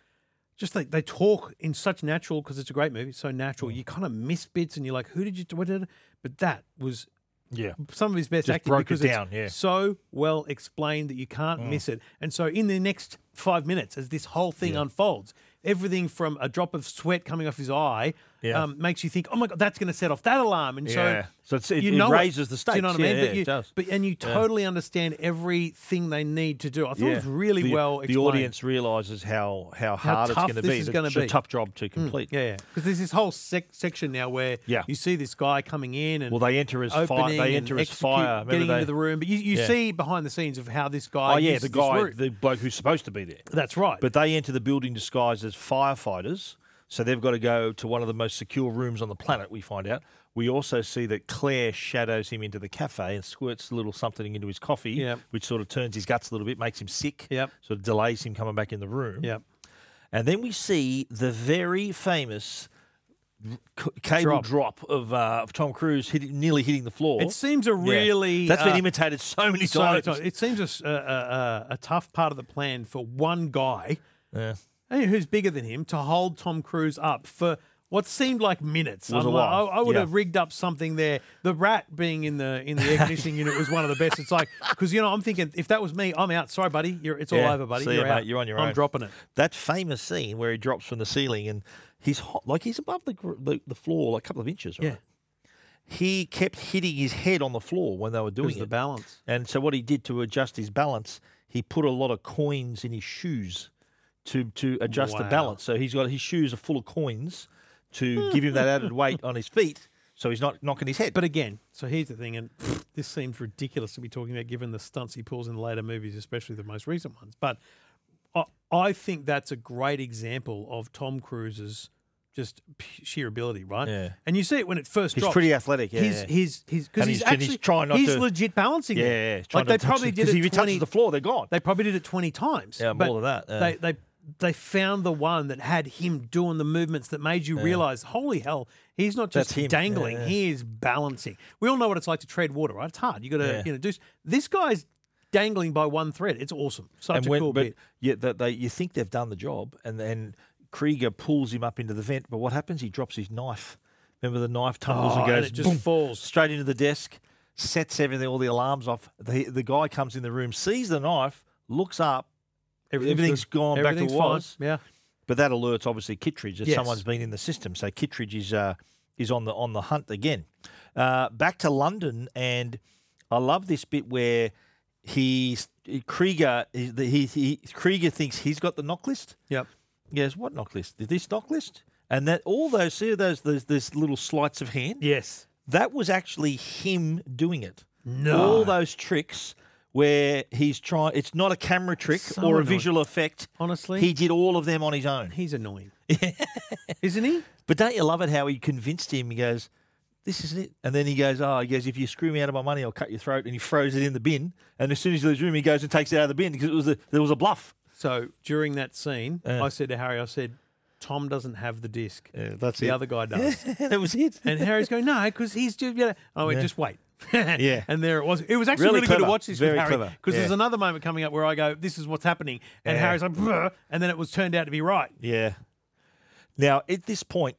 just they, they talk in such natural because it's a great movie, so natural. You kind of miss bits and you're like, who did you? What did? I-" But that was Yeah. some of his best Just acting broke it because down, it's yeah. so well explained that you can't Mm. miss it. And so in the next five minutes, as this whole thing unfolds, everything from a drop of sweat coming off his eye Yeah. um, makes you think, oh my god, that's going to set off that alarm. And Yeah. so, So it's- it- you it know raises the Do you know stakes. what I mean? Yeah, but yeah, you, it does. But and you Yeah. totally understand everything they need to do. I thought it was Yeah. really The- well. The explained. audience realizes how how How hard tough it's going to this be. is It's gonna a be. Hmm. tough job to complete. Mm. yeah, yeah. Because there's this whole sec- section now where Yeah. you see this guy coming in and Well, they enter as fire- opening they and enter as execute- fire. Remember getting they- into the room, but you, you Yeah. see behind the scenes of how this guy. Oh yeah, used the this guy, route. the bloke who's supposed to be there. That's right. But they enter the building disguised as firefighters, so they've got to go to one of the most secure rooms on the planet. We find out. We also see that Claire shadows him into the cafe and squirts a little something into his coffee, Yep. which sort of turns his guts a little bit, makes him sick, Yep. sort of delays him coming back in the room. Yep. And then we see the very famous c- cable Drop. drop, of, uh, of Tom Cruise hit, nearly hitting the floor. It seems a Oh. Yeah. really that's been uh, imitated so many so times. ti- It seems a, s- a- a- a- a tough part of the plan for one guy Yeah. eh, who's bigger than him to hold Tom Cruise up for. What seemed like minutes. Was I'm a like, while, I, I would yeah. have rigged up something there. The rat being in the in the air conditioning unit was one of the best. It's like because you know I'm thinking if that was me, I'm out. Sorry, buddy, you're, it's Yeah. all over, buddy. See ya, you're mate. out. You're on your own. I'm dropping it. That famous scene where he drops from the ceiling and he's hot, like he's above the, gr- the the floor like a couple of inches, right? Yeah. He kept hitting his head on the floor when they were doing was the it. balance. And so what he did to adjust his balance, he put a lot of coins in his shoes to to adjust the Wow. balance. So he's got his shoes are full of coins to give him that added weight on his feet, so he's not knocking his head. But again, so here's the thing, and this seems ridiculous to be talking about given the stunts he pulls in later movies, especially the most recent ones. But I, I think that's a great example of Tom Cruise's just p- sheer ability, right? Yeah. And you see it when it first He's drops. pretty athletic, yeah, He's yeah. he's he's because And he's, he's- and actually he's trying not he's to- legit balancing. Yeah, it. yeah, yeah. He's Like trying they not to touch probably it, did 'cause it. if he touches 20 the floor, they're gone. They probably did it twenty times. Yeah, but more than that, yeah. They they they found the one that had him doing the movements that made you Yeah. realize, holy hell, he's not That's just him. dangling. Yeah, yeah. He is balancing. We all know what it's like to tread water, right? It's hard. You got to Yeah. you know do. s- This guy's dangling by one thread. It's awesome. Such and a when, cool but bit. yet that they you think they've done the job, and then Krieger pulls him up into the vent. But what happens? He drops his knife. Remember the knife tumbles Oh, and and goes it just boom, falls. straight into the desk, sets everything, all the alarms off. The the guy comes in the room, sees the knife, looks up. Everything's everything's good. gone back Everything's to fine. what was. Yeah. But that alerts obviously Kittridge that Yes. someone's been in the system. So Kittridge is uh, is on the on the hunt again. Uh, back to London, and I love this bit where he Krieger he, he, he Krieger thinks he's got the knock list. Yep. He goes, what knock list? Did this knock list? And that all those see those those, those little sleights of hand. Yes. That was actually him doing it. No. All those tricks where he's trying. It's not a camera trick So or a annoying. visual effect. Honestly. he did all of them on his own. He's annoying, isn't he? But don't you love it how he convinced him? He goes, "This is it," and then he goes, "Oh, he goes, if you screw me out of my money, I'll cut your throat." And he throws it in the bin. And as soon as he leaves the room, he goes and takes it out of the bin because it was a, there was a bluff. So during that scene, Yeah. I said to Harry, I said, Tom doesn't have the disc. that's the it. other guy does. that was it. And Harry's going, no, because he's just, you know. I went, Yeah. just wait. Yeah. And there it was. It was actually Really really, good clever. to watch this Very with Harry. clever. Because there's Yeah. another moment coming up where I go, this is what's happening. And Yeah. Harry's like, "Bruh," and then it was turned out to be right. Yeah. Now at this point,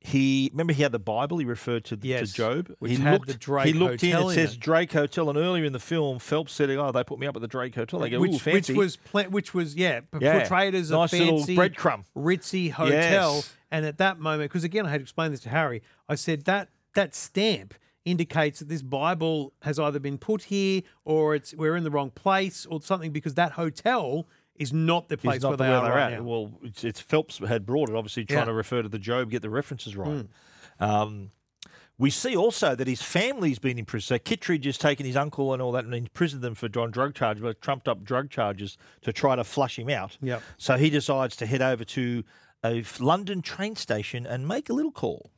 he remember he had the Bible. He referred to, Yes, to Job. which he had looked, the Drake He looked Hotel in. It in says it. Drake Hotel. And earlier in the film, Phelps said, "Oh, they put me up at the Drake Hotel." They go, "Ooh, which, which fancy." was, pla- which was yeah, p- Yeah. portrayed as Nice a little fancy breadcrumb. ritzy hotel. Yes. And at that moment, because again, I had explained this to Harry, I said that that stamp indicates that this Bible has either been put here or it's we're in the wrong place or something because that hotel is not the It's place not where the they way are they're right at. now. Well, it's, it's Phelps had brought it, obviously trying Yeah. Mm. to refer to the Job, get the references right. Um, we see also that his family's been in prison. So Kittredge has taken his uncle and all that and imprisoned them for on drug charges, but trumped up drug charges to try to flush him out. Yep. So he decides to head over to a f- London train station and make a little call.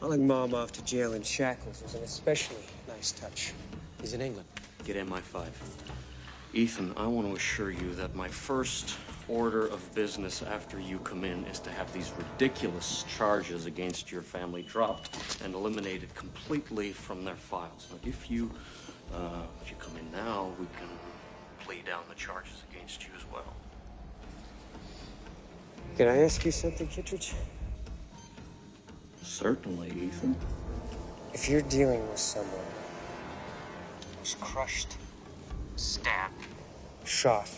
Hauling Mom off to jail in shackles was an especially nice touch. He's in England. Get MI5. Ethan, I want to assure you that my first order of business after you come in is to have these ridiculous charges against your family dropped and eliminated completely from their files. Now, if you uh, if you come in now, we can plea down the charges against you as well. Can I ask you something, Kittredge? Certainly, Ethan. If you're dealing with someone who's crushed, stabbed, shot,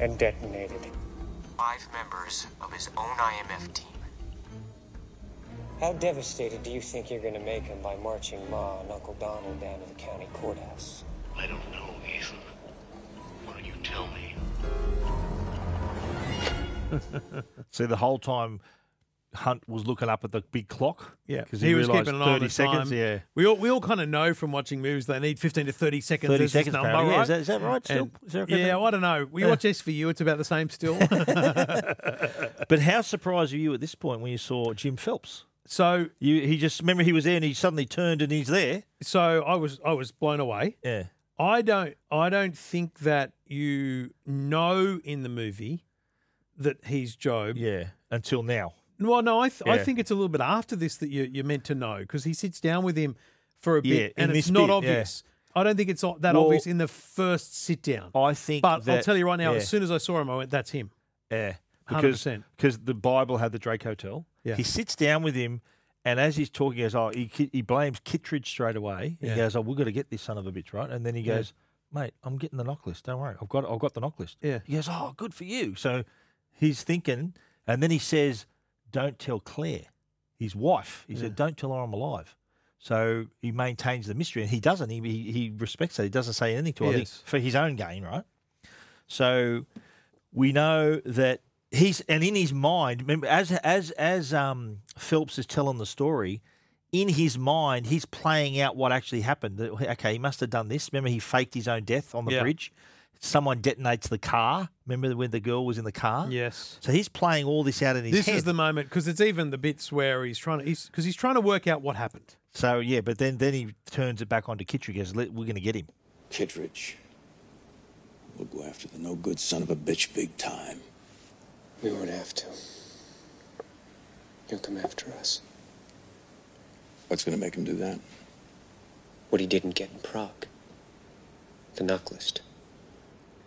and detonated five members of his own IMF team, how devastated do you think you're going to make him by marching Ma and Uncle Donald down to the county courthouse? I don't know, Ethan. Why don't you tell me? See, the whole time Hunt was looking up at the big clock. Yeah, because he, was realised keeping an eye on 30 the seconds. time. Yeah. we all we all kind of know from watching movies they need fifteen to thirty seconds. 30 as this seconds, number, apparently. right? Yeah, is that- is that right still? And- Is that okay? yeah, I don't know. We Yeah. watch SVU; it's about the same still. But how surprised were you at this point when you saw Jim Phelps? So you, he just remember he was there and he suddenly turned and he's there. So I was I was blown away. Yeah. I don't I don't think that you know in the movie that he's Job. Yeah. Until now. Well, no, I th- I Yeah. think it's a little bit after this that you you're meant to know because he sits down with him for a Yeah, bit and in it's this not bit, yeah. obvious. I don't think it's o- that Well, obvious in the first sit down. I think, But I'll that- tell you right now, yeah. as soon as I saw him, I went, "That's him." Yeah, because 100%. because the Bible had the Drake Hotel. Yeah. he sits down with him, and as he's talking, he goes, "Oh, he, ki- he blames Kittredge straight away." He Yeah. goes, "Oh, we've got to get this son of a bitch right," and then he Yeah. goes, "Mate, I'm getting the knock list. Don't worry, I've got I've got the knock list." Yeah. he goes, "Oh, good for you." So he's thinking, and then he says, "Don't tell Claire, his wife." He said, "Don't tell her I'm alive." So he maintains the mystery, and he doesn't. He he, he respects that. He doesn't say anything to her I think, Yes. for his own gain, right? So we know that he's and in his mind, remember as as as um, Phelps is telling the story, in his mind he's playing out what actually happened. That, Okay, he must have done this. Remember, he faked his own death on the Yeah. bridge. Someone detonates the car. Remember when the girl was in the car? Yes. So he's playing all this out in his This head. is the moment because it's even the bits where he's trying to because he's, trying to work out what happened. so yeah, but then then he turns it back onto Kittredge. Goes, "Let- "We're going to get him." Kittredge. We'll go after the no good son of a bitch big time. We won't have to. He'll come after us. What's gonna make him do that? What he didn't get in Prague. The knock list.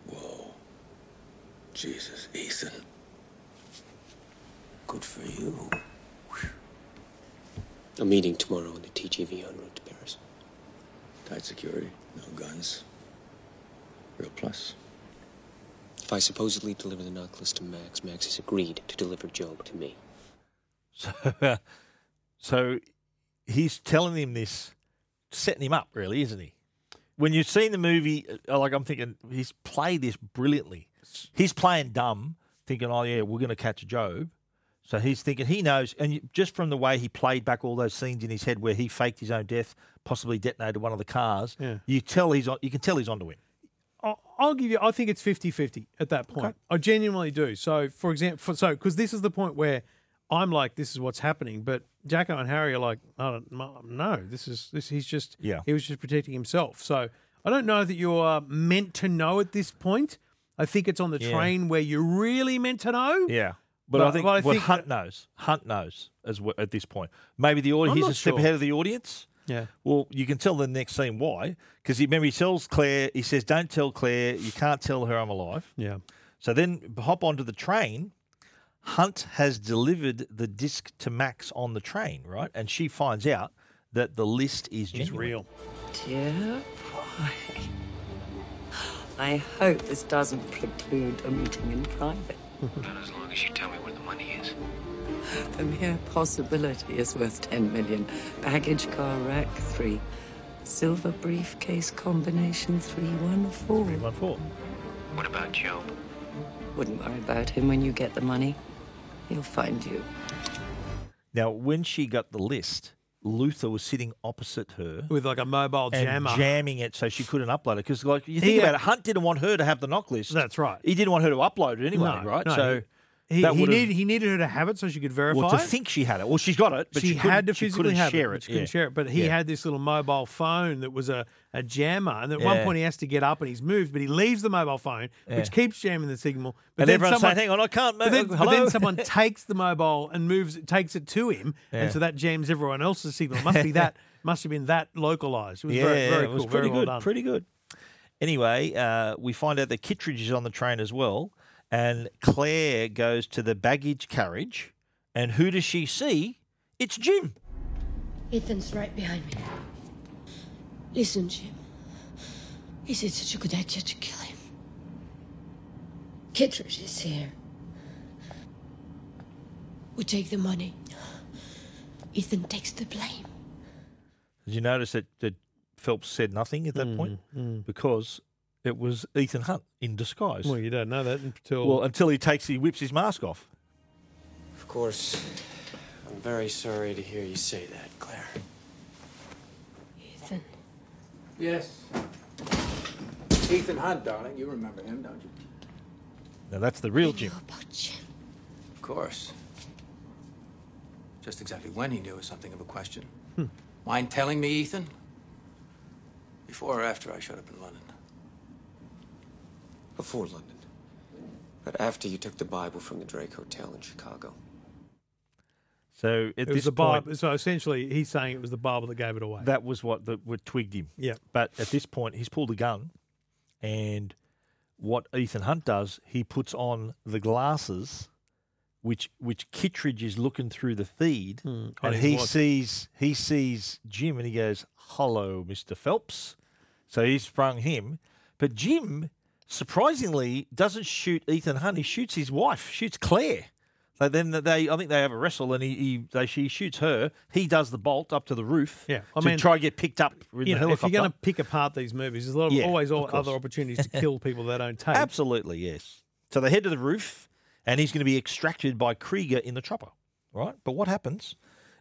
Whoa. Jesus, Ethan. Good for you. A meeting tomorrow in the TGV en route to Paris. Tight security, no guns. Real plus. If I supposedly deliver the knock list to Max, Max has agreed to deliver Job to me. So, so he's telling him this, setting him up, really, isn't he? When you've seen the movie, uh, like I'm thinking, he's played this brilliantly. He's playing dumb, thinking, "Oh yeah, we're going to catch Job." So he's thinking he knows, and you- just from the way he played back all those scenes in his head where he faked his own death, possibly detonated one of the cars, Yeah. you tell he's on, you can tell he's onto him. I'll, I'll give you. I think it's 50-50 at that point. I genuinely do. So, for example, for, so because this is the point where I'm like, this is what's happening, but Jacko and Harry are like, I don't, no, no, this is this. He's just, Yeah. he was just protecting himself. So I don't know that you're meant to know at this point. I think it's on the Yeah. train where you're really meant to know. Yeah. But, I think but what Hunt that- knows, Hunt knows as well, at this point. Maybe the I'm audience, he's not a step sure. ahead of the audience. Yeah. Well, you can tell the next scene why, because he remember he tells Claire, he says, "Don't tell Claire, you can't tell her I'm alive." Yeah. So then hop onto the train. Hunt has delivered the disc to Max on the train, right? And she finds out that the list is It's genuine. real. Dear boy. I hope this doesn't preclude a meeting in private. Not as long as you tell me where the money is. The mere possibility is worth 10 million. Baggage car rack, three. Silver briefcase combination, 314. 314. What about Job? Wouldn't worry about him when you get the money. He'll find you. Now, when she got the list, Luther was sitting opposite her with like a mobile and jammer. jamming it so she couldn't upload it. Because, like, you think Yeah. about it, Hunt didn't want her to have the knock list. That's right. He didn't want her to upload it anyway, No, right? no, so he, he, that he would've- needed he needed her to have it so she could verify. well, to it. think she had it. Well, she's got it, but she, she, couldn't- had to she physically couldn't have share it. it. but She couldn't yeah. share it. But he Yeah. had this little mobile phone that was a, a jammer, and at one Yeah. point he has to get up and he's moved, but he leaves the mobile phone, Yeah. which keeps jamming the signal. But And then everyone's someone, saying, "Hang on, I can't But then, move. but then Hello?" someone takes the mobile and moves, it, takes it to him, Yeah. and so that jams everyone else's signal. It must be that. Must have been that localized. It was very, very it was cool, pretty very well good. done. Pretty good. Anyway, uh, we find out that Kittredge is on the train as well, And Claire goes to the baggage carriage, and who does she see? It's Jim. Ethan's right behind me. Listen, Jim. Is it such a good idea to kill him? Kittredge is here. We take the money. Ethan takes the blame. Did you notice that, that Phelps said nothing at that Hmm, point? Because it was Ethan Hunt in disguise. Well, you don't know that until Well, until he takes, he whips his mask off. Of course, I'm very sorry to hear you say that, Claire. Ethan. Yes. Ethan Hunt, darling. You remember him, don't you? Now that's the real Jim. Of course. Just exactly when he knew is something of a question. Hmm. Mind telling me, Ethan? Before or after I showed up in London? Before London. But after you took the Bible from the Drake Hotel in Chicago. So at it was this the point, Bible. So essentially, he's saying it was the Bible that gave it away. that was what the, what twigged him. Yeah. But at this point, he's pulled a gun, and what Ethan Hunt does, he puts on the glasses, which which Kittredge is looking through the feed, Hmm, on and his he watch. sees he sees Jim, and he goes, "Hello, Mister Phelps." So he sprung him, but Jim surprisingly doesn't shoot Ethan Hunt. He shoots his wife, shoots Claire. So then they, I think they have a wrestle, and he, he they, she shoots her. He does the bolt up in the roof. Yeah, I to mean, try to get picked up in you the know, if helicopter. you're going to pick apart these movies, there's a lot of, Yeah, always of o- course. other opportunities to kill people they don't take. Absolutely, yes. So they head to the roof, and he's going to be extracted by Krieger in the chopper, right? But what happens?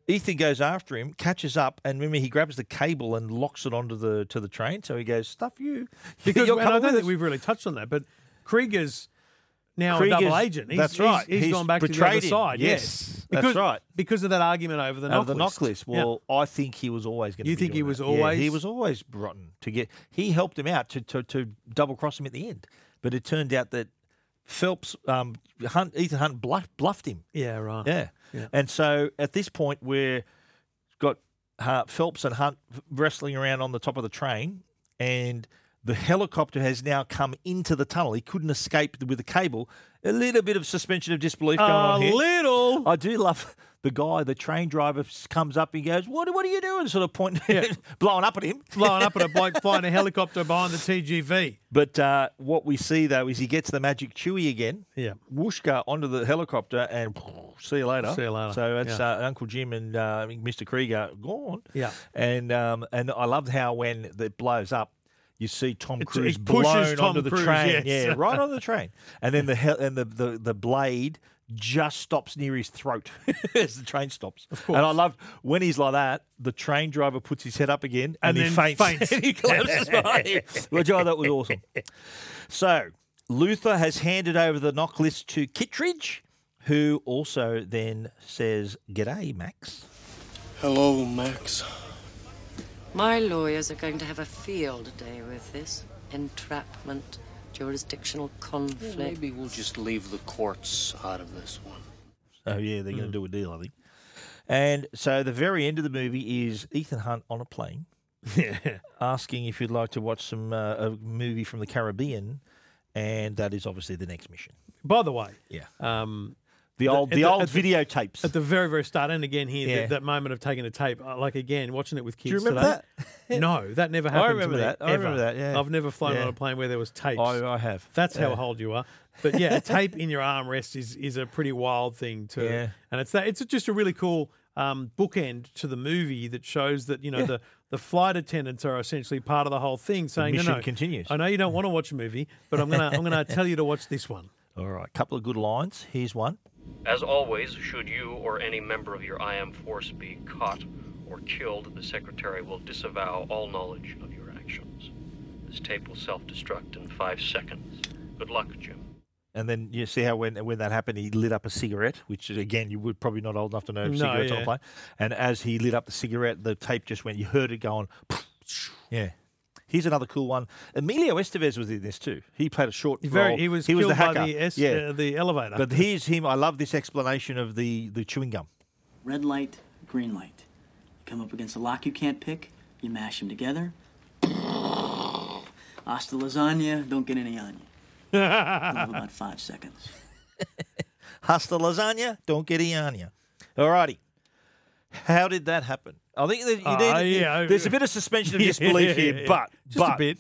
Ethan goes after him, catches up, and remember he grabs the cable and locks it onto the to the train. So he goes, "Stuff you," Because You're and I coming don't with think we've really touched on that, but Krieger's now a double Krieger's- agent. He's, that's he's- right. he's He's gone back to the betrayed other him. side. Yes, that's Because- right. Because of that argument over the Out of knock list. list. Yeah. Well, I think he was always going to. You be think he doing was that. always- Yeah, he was always rotten to get. He helped him out to to, to double cross him at the end, but it turned out that Phelps, um, Hunt, Ethan Hunt bluff, bluffed him. Yeah, right. Yeah. Yeah. And so at this point, we're got uh, Phelps and Hunt wrestling around on the top of the train, and the helicopter has now come into the tunnel. He couldn't escape with the cable. A little bit of suspension of disbelief going on A here. little. I do love the guy, the train driver s- comes up and goes, "What? What are you doing?" Sort of pointing, blowing up at him, blowing up at a bloke flying a helicopter behind the TGV. But uh, what we see though is he gets the magic chewy again. Yeah. Whooshka onto the helicopter and see you later. See you later. So it's Yeah. uh, Uncle Jim and uh, Mr. Krieger gone. Yeah. And um, and I loved how when it blows up, you see Tom It- Cruise it pushes blown Tom onto the Cruise, train. yes. Yeah, right on the train. And then the hel- and the, the the blade just stops near his throat as the train stops. Of course. And I loved when he's like that, the train driver puts his head up again and, And he then faints. faints. and he collapses behind him, which I thought was awesome. So Luther has handed over the knock list to Kittredge, who also then says, G'day, Max. Hello, Max. My lawyers are going to have a field day with this entrapment, jurisdictional conflict. Maybe we'll just leave the courts out of this one. Oh yeah, they're Hmm. going Mm. to do a deal, I think. And so the very end of the movie is Ethan Hunt on a plane, asking if you'd like to watch some uh, a movie from the Caribbean, and that is obviously the next mission. By the way, Yeah. Um, The old- at the old at videotapes. at the very very start, and again here Yeah. that, that moment of taking a tape, uh, like again watching it with kids. you remember today. that? no, that never I happened. to remember me, that. I ever. remember that, yeah. I've never flown Yeah. on a plane where there was tapes. I- I have. That's Yeah. how old you are. But yeah, a tape in your armrest is is a pretty wild thing too. Yeah. And it's that it's just a really cool. Um, bookend to the movie that shows that you know Yeah. the the flight attendants are essentially part of the whole thing, saying no, mission no, continues. I know you don't want to watch a movie, but I'm gonna I'm gonna tell you to watch this one. All right, couple of good lines. Here's one. As always, should you or any member of your IM force be caught or killed, the Secretary will disavow all knowledge of your actions. This tape will self destruct in five seconds. Good luck, Jim. And then you see how when when that happened, he lit up a cigarette, which again you would probably not old enough to know No, cigarettes on yeah. a plane. And as he lit up the cigarette, the tape just went. You heard it going. Yeah. Here's another cool one. Emilio Estevez was in this too. He played a short Very, role. he was he was the killed by hacker. the es- yeah. uh, the elevator. But here's him. I love this explanation of the the chewing gum. Red light, green light. You come up against a lock you can't pick, you mash them together. Hasta lasagna, don't get any on you. you have about five seconds. Hasta lasagna, don't get Iania. All righty. How did that happen? I think that you Uh, need, yeah. there's a bit of suspension of Yeah, disbelief here, yeah, yeah. but Just a but bit.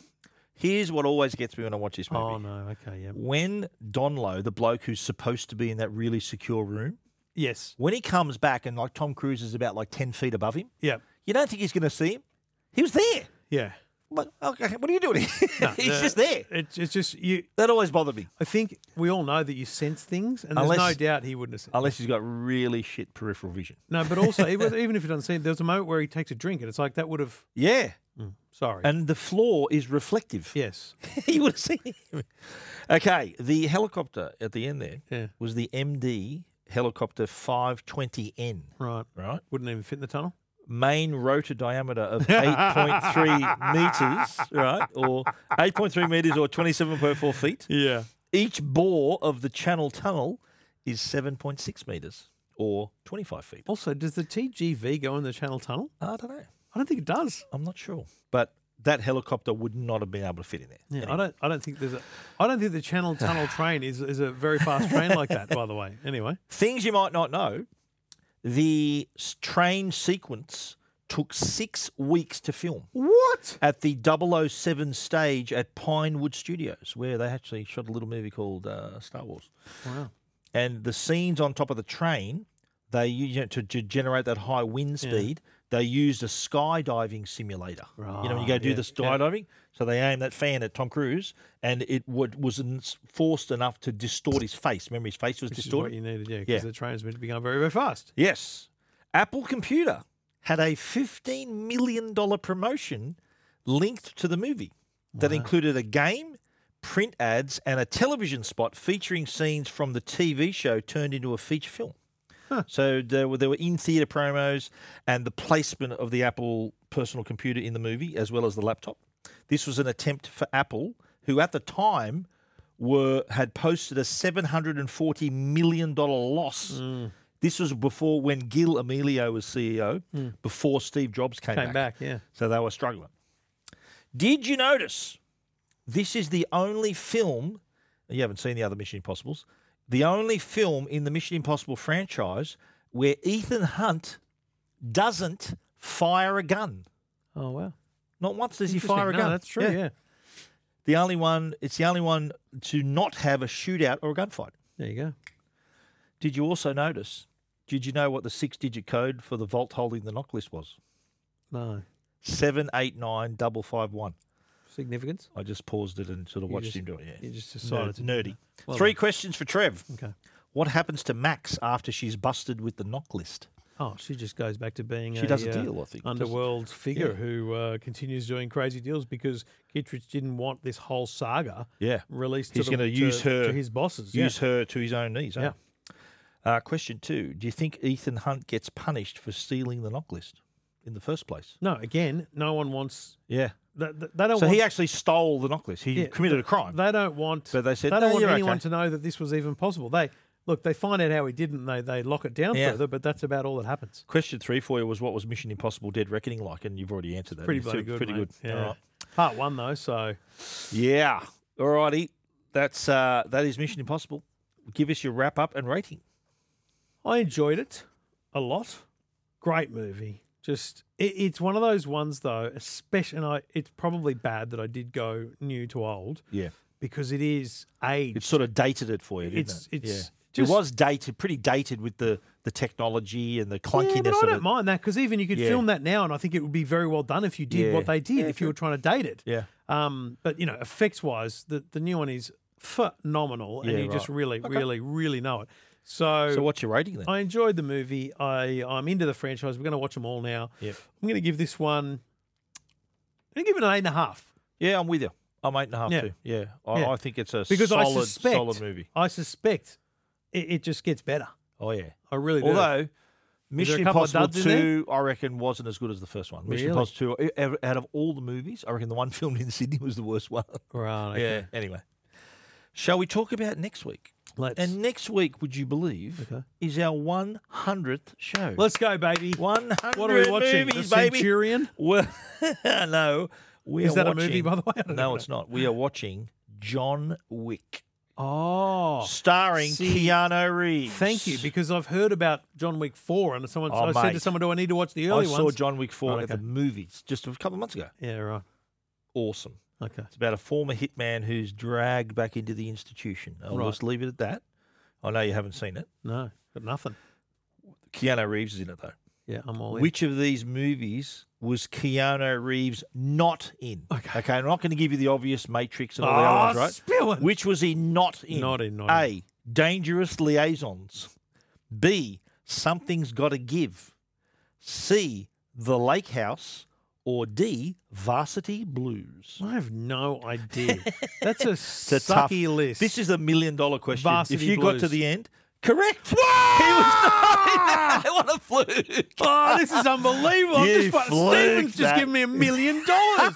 Here's what always gets me when I watch this movie. Oh, no. Okay, yeah. When Donlo, the bloke who's supposed to be in that really secure room, Yes. when he comes back and like Tom Cruise is about like ten feet above him, Yeah. you don't think he's going to see him. He was there. Yeah. But okay, what are you doing? here? he's no, just there. It's, it's just you. That always bothered me. I think we all know that you sense things, and Unless- there's no doubt he wouldn't have. Said Unless he's got really shit peripheral vision. No, but also even even if it doesn't seem, there's a moment where he takes a drink, and it's like that would have. Yeah. sorry. And the floor is reflective. Yes. you would have seen him. Okay. The helicopter at the end there was the MD helicopter 520N. Right. Right. Wouldn't even fit in the tunnel. Main rotor diameter of 8.3 meters, right? Or 8.3 meters or 27.4 feet. Yeah. Each bore of the channel tunnel is 7.6 meters or 25 feet. Also, does the TGV go in the Channel Tunnel? Oh, I don't know. I don't think it does. I'm not sure. But that helicopter would not have been able to fit in there. Yeah, I don't. I don't think there's a. I don't think the Channel Tunnel train is is a very fast train like that. By the way, anyway. Things you might not know the s- train sequence took six weeks to film. What? At the 007 stage at Pinewood Studios, where they actually shot a little movie called uh, Star Wars. Wow. And the scenes on top of the train, they used you know, to, to generate that high wind Yeah. speed. They used a skydiving simulator. You know, when you go Right, do yeah, the yeah. skydiving, so they aim that fan at Tom Cruise, and it would, was in- forced enough to distort his face. Remember, his face was Which is distorted. what you needed, yeah, because Yeah. the train's meant to be going very, very fast. Yes. Apple Computer had a $15 million promotion linked to the movie that included a game, print ads, and a television spot featuring scenes from the TV show turned into a feature film. So there were, there were in theater promos and the placement of the Apple personal computer in the movie, as well as the laptop. This was an attempt for Apple, who at the time were had posted a seven hundred and forty million dollar loss. This was before when Gil Emilio was CEO, Mm. before Steve Jobs came, Came back, yeah. So they were struggling. Did you notice? This is the only film you haven't seen the other Mission Impossibles. The only film in the Mission Impossible franchise where Ethan Hunt doesn't fire a gun. Oh wow! Not once does he Interesting. fire a No, gun. that's true, yeah. The only one. It's the only one to not have a shootout or a gunfight. There you go. Did you also notice? Did you know what the six-digit code for the vault holding the knock list was? No Seven eight nine double five one. significance. I just paused it and sort of You watched just- him do it. Yeah, you just decided to do nerdy. that. Well Three done. questions for Trev. Okay. What happens to Max after she's busted with the knock list? Oh, she just goes back to being She a, does a uh, deal, I think, doesn't she? underworld figure Yeah. who uh, continues doing crazy deals because Kittredge didn't want this whole saga. Yeah. released. He's to going the- to use her to his bosses. yeah. Use her to his own knees. eh? Yeah. Uh, question two: Do you think Ethan Hunt gets punished for stealing the knock list in the first place? No, again, no one wants. Yeah. They, they- they don't so want, he actually stole the knock list. He Yeah, committed a crime. They don't want. But they said, they "No, don't want you're anyone okay." to know that this was even possible. They look. They find out how he didn't. They they lock it down Yeah. further. But that's about all that happens. Question three for you was what was Mission Impossible: Dead Reckoning like? And you've already answered that. Pretty It's bloody good. Pretty mate. good. Yeah. All right. Part one though. So Yeah. All righty. That's uh, that is Mission Impossible. Give us your wrap up and rating. I enjoyed it a lot. Great movie. Just it, it's one of those ones though, especially. And I, it's probably bad that I did go new to old. Yeah. Because it is aged. It sort of dated it for you, didn't It's- it? it's yeah. it just- was dated, pretty dated with the the technology and the clunkiness Yeah, but I of don't it. mind that because even you could Yeah. film that now, and I think it would be very well done if you did Yeah. what they did if you were trying to date it. Yeah. Um, but you know, effects wise, the the new one is phenomenal, and Yeah, you just right. really, Okay. really, really know it. So, So what's your rating then? I enjoyed the movie. I I'm into the franchise. We're going to watch them all now. Yep. I'm going to give this one. I'm going to give it an eight and a half. Yeah, I'm with you. I'm eight and a half Yeah. too. Yeah, I, Yeah. I think it's a because solid, I suspect, solid movie. I suspect it, it just gets better. Oh yeah, I really do. Is Although there a Mission couple of Impossible duds in there? Two, I reckon, wasn't as good as the first one. Mission Really? Impossible Two, e- ev- out of all the movies, I reckon the one filmed in Sydney was the worst one. Right, okay. Yeah. Anyway, shall we talk about next week? Let's. And next week, would you believe, is our one hundredth show? Let's go, baby. One hundred. What are we watching? The Movies, baby. Centurion? Well, no. We Is are that a watching- movie, by the way? I don't No, know. it's not. We are watching John Wick. Oh, starring see, Keanu Reeves. Thank you, because I've heard about John Wick four, and someone Oh, I said to mate. someone, "Do I need to watch the early I ones?" saw John Wick 4 Right, at the okay. movies just a couple of months ago. Yeah, right. Awesome. Okay. It's about a former hitman who's dragged back into the institution. I'll Right. just leave it at that. I know you haven't seen it. No, got nothing. Keanu Reeves is in it, though. Yeah, I'm all in. Which of these movies was Keanu Reeves not in? Okay. Okay, I'm not going to give you the obvious Matrix and all the Oh, other ones, right? spill it. Which was he not in? Not in, not A. Dangerous Liaisons. B. Something's Got to Give. C. The Lake House. Or D. Varsity Blues. I have no idea. That's a It's a tough- sucky list. This is a million dollar question. Varsity if you got to Blues. the end, correct. He was not in that. What a fluke. Oh, this is unbelievable. I'm You just fun- fluked Stephen's just that. giving me a million dollars.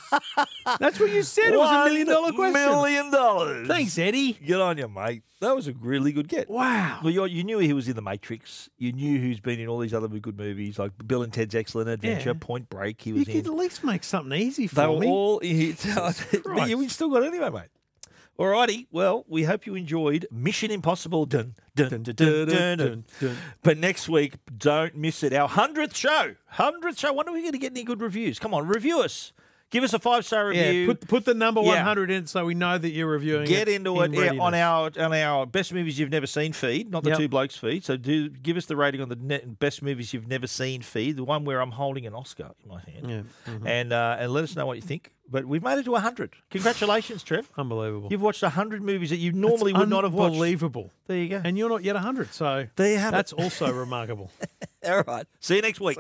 That's what you said. It was a One million dollar question. Million dollars. Thanks, Eddie. Good on you, mate. That was a really good get. Wow. Well, you you knew he was in The Matrix. You knew who's been in all these other good movies like Bill and Ted's Excellent Adventure, Yeah. Point Break. He You was could in. at least make something easy for They were me. all. in- but Christ. you, we still got it anyway, mate. Alrighty, well, we hope you enjoyed Mission Impossible. Dun, dun, dun, dun, dun, dun, But next week, don't miss it. Our 100th show. 100th show. When are we going to get any good reviews? Come on, review us. Give us a five star review. Yeah, put put the number Yeah. one hundred in so we know that you're reviewing. Get it into in it yeah, on readiness. our on our best movies you've never seen feed, not the Yep. two blokes feed. So do give us the rating on the net best movies you've never seen feed, the one where I'm holding an Oscar in my hand, Yeah, mhm. and uh, and let us know what you think. But we've made it to hundred. Congratulations, Trev. Unbelievable. You've watched hundred movies that you normally would not have watched. Unbelievable. There you go. And you're not yet hundred, so There you have it. that's also remarkable. All right. See you next week.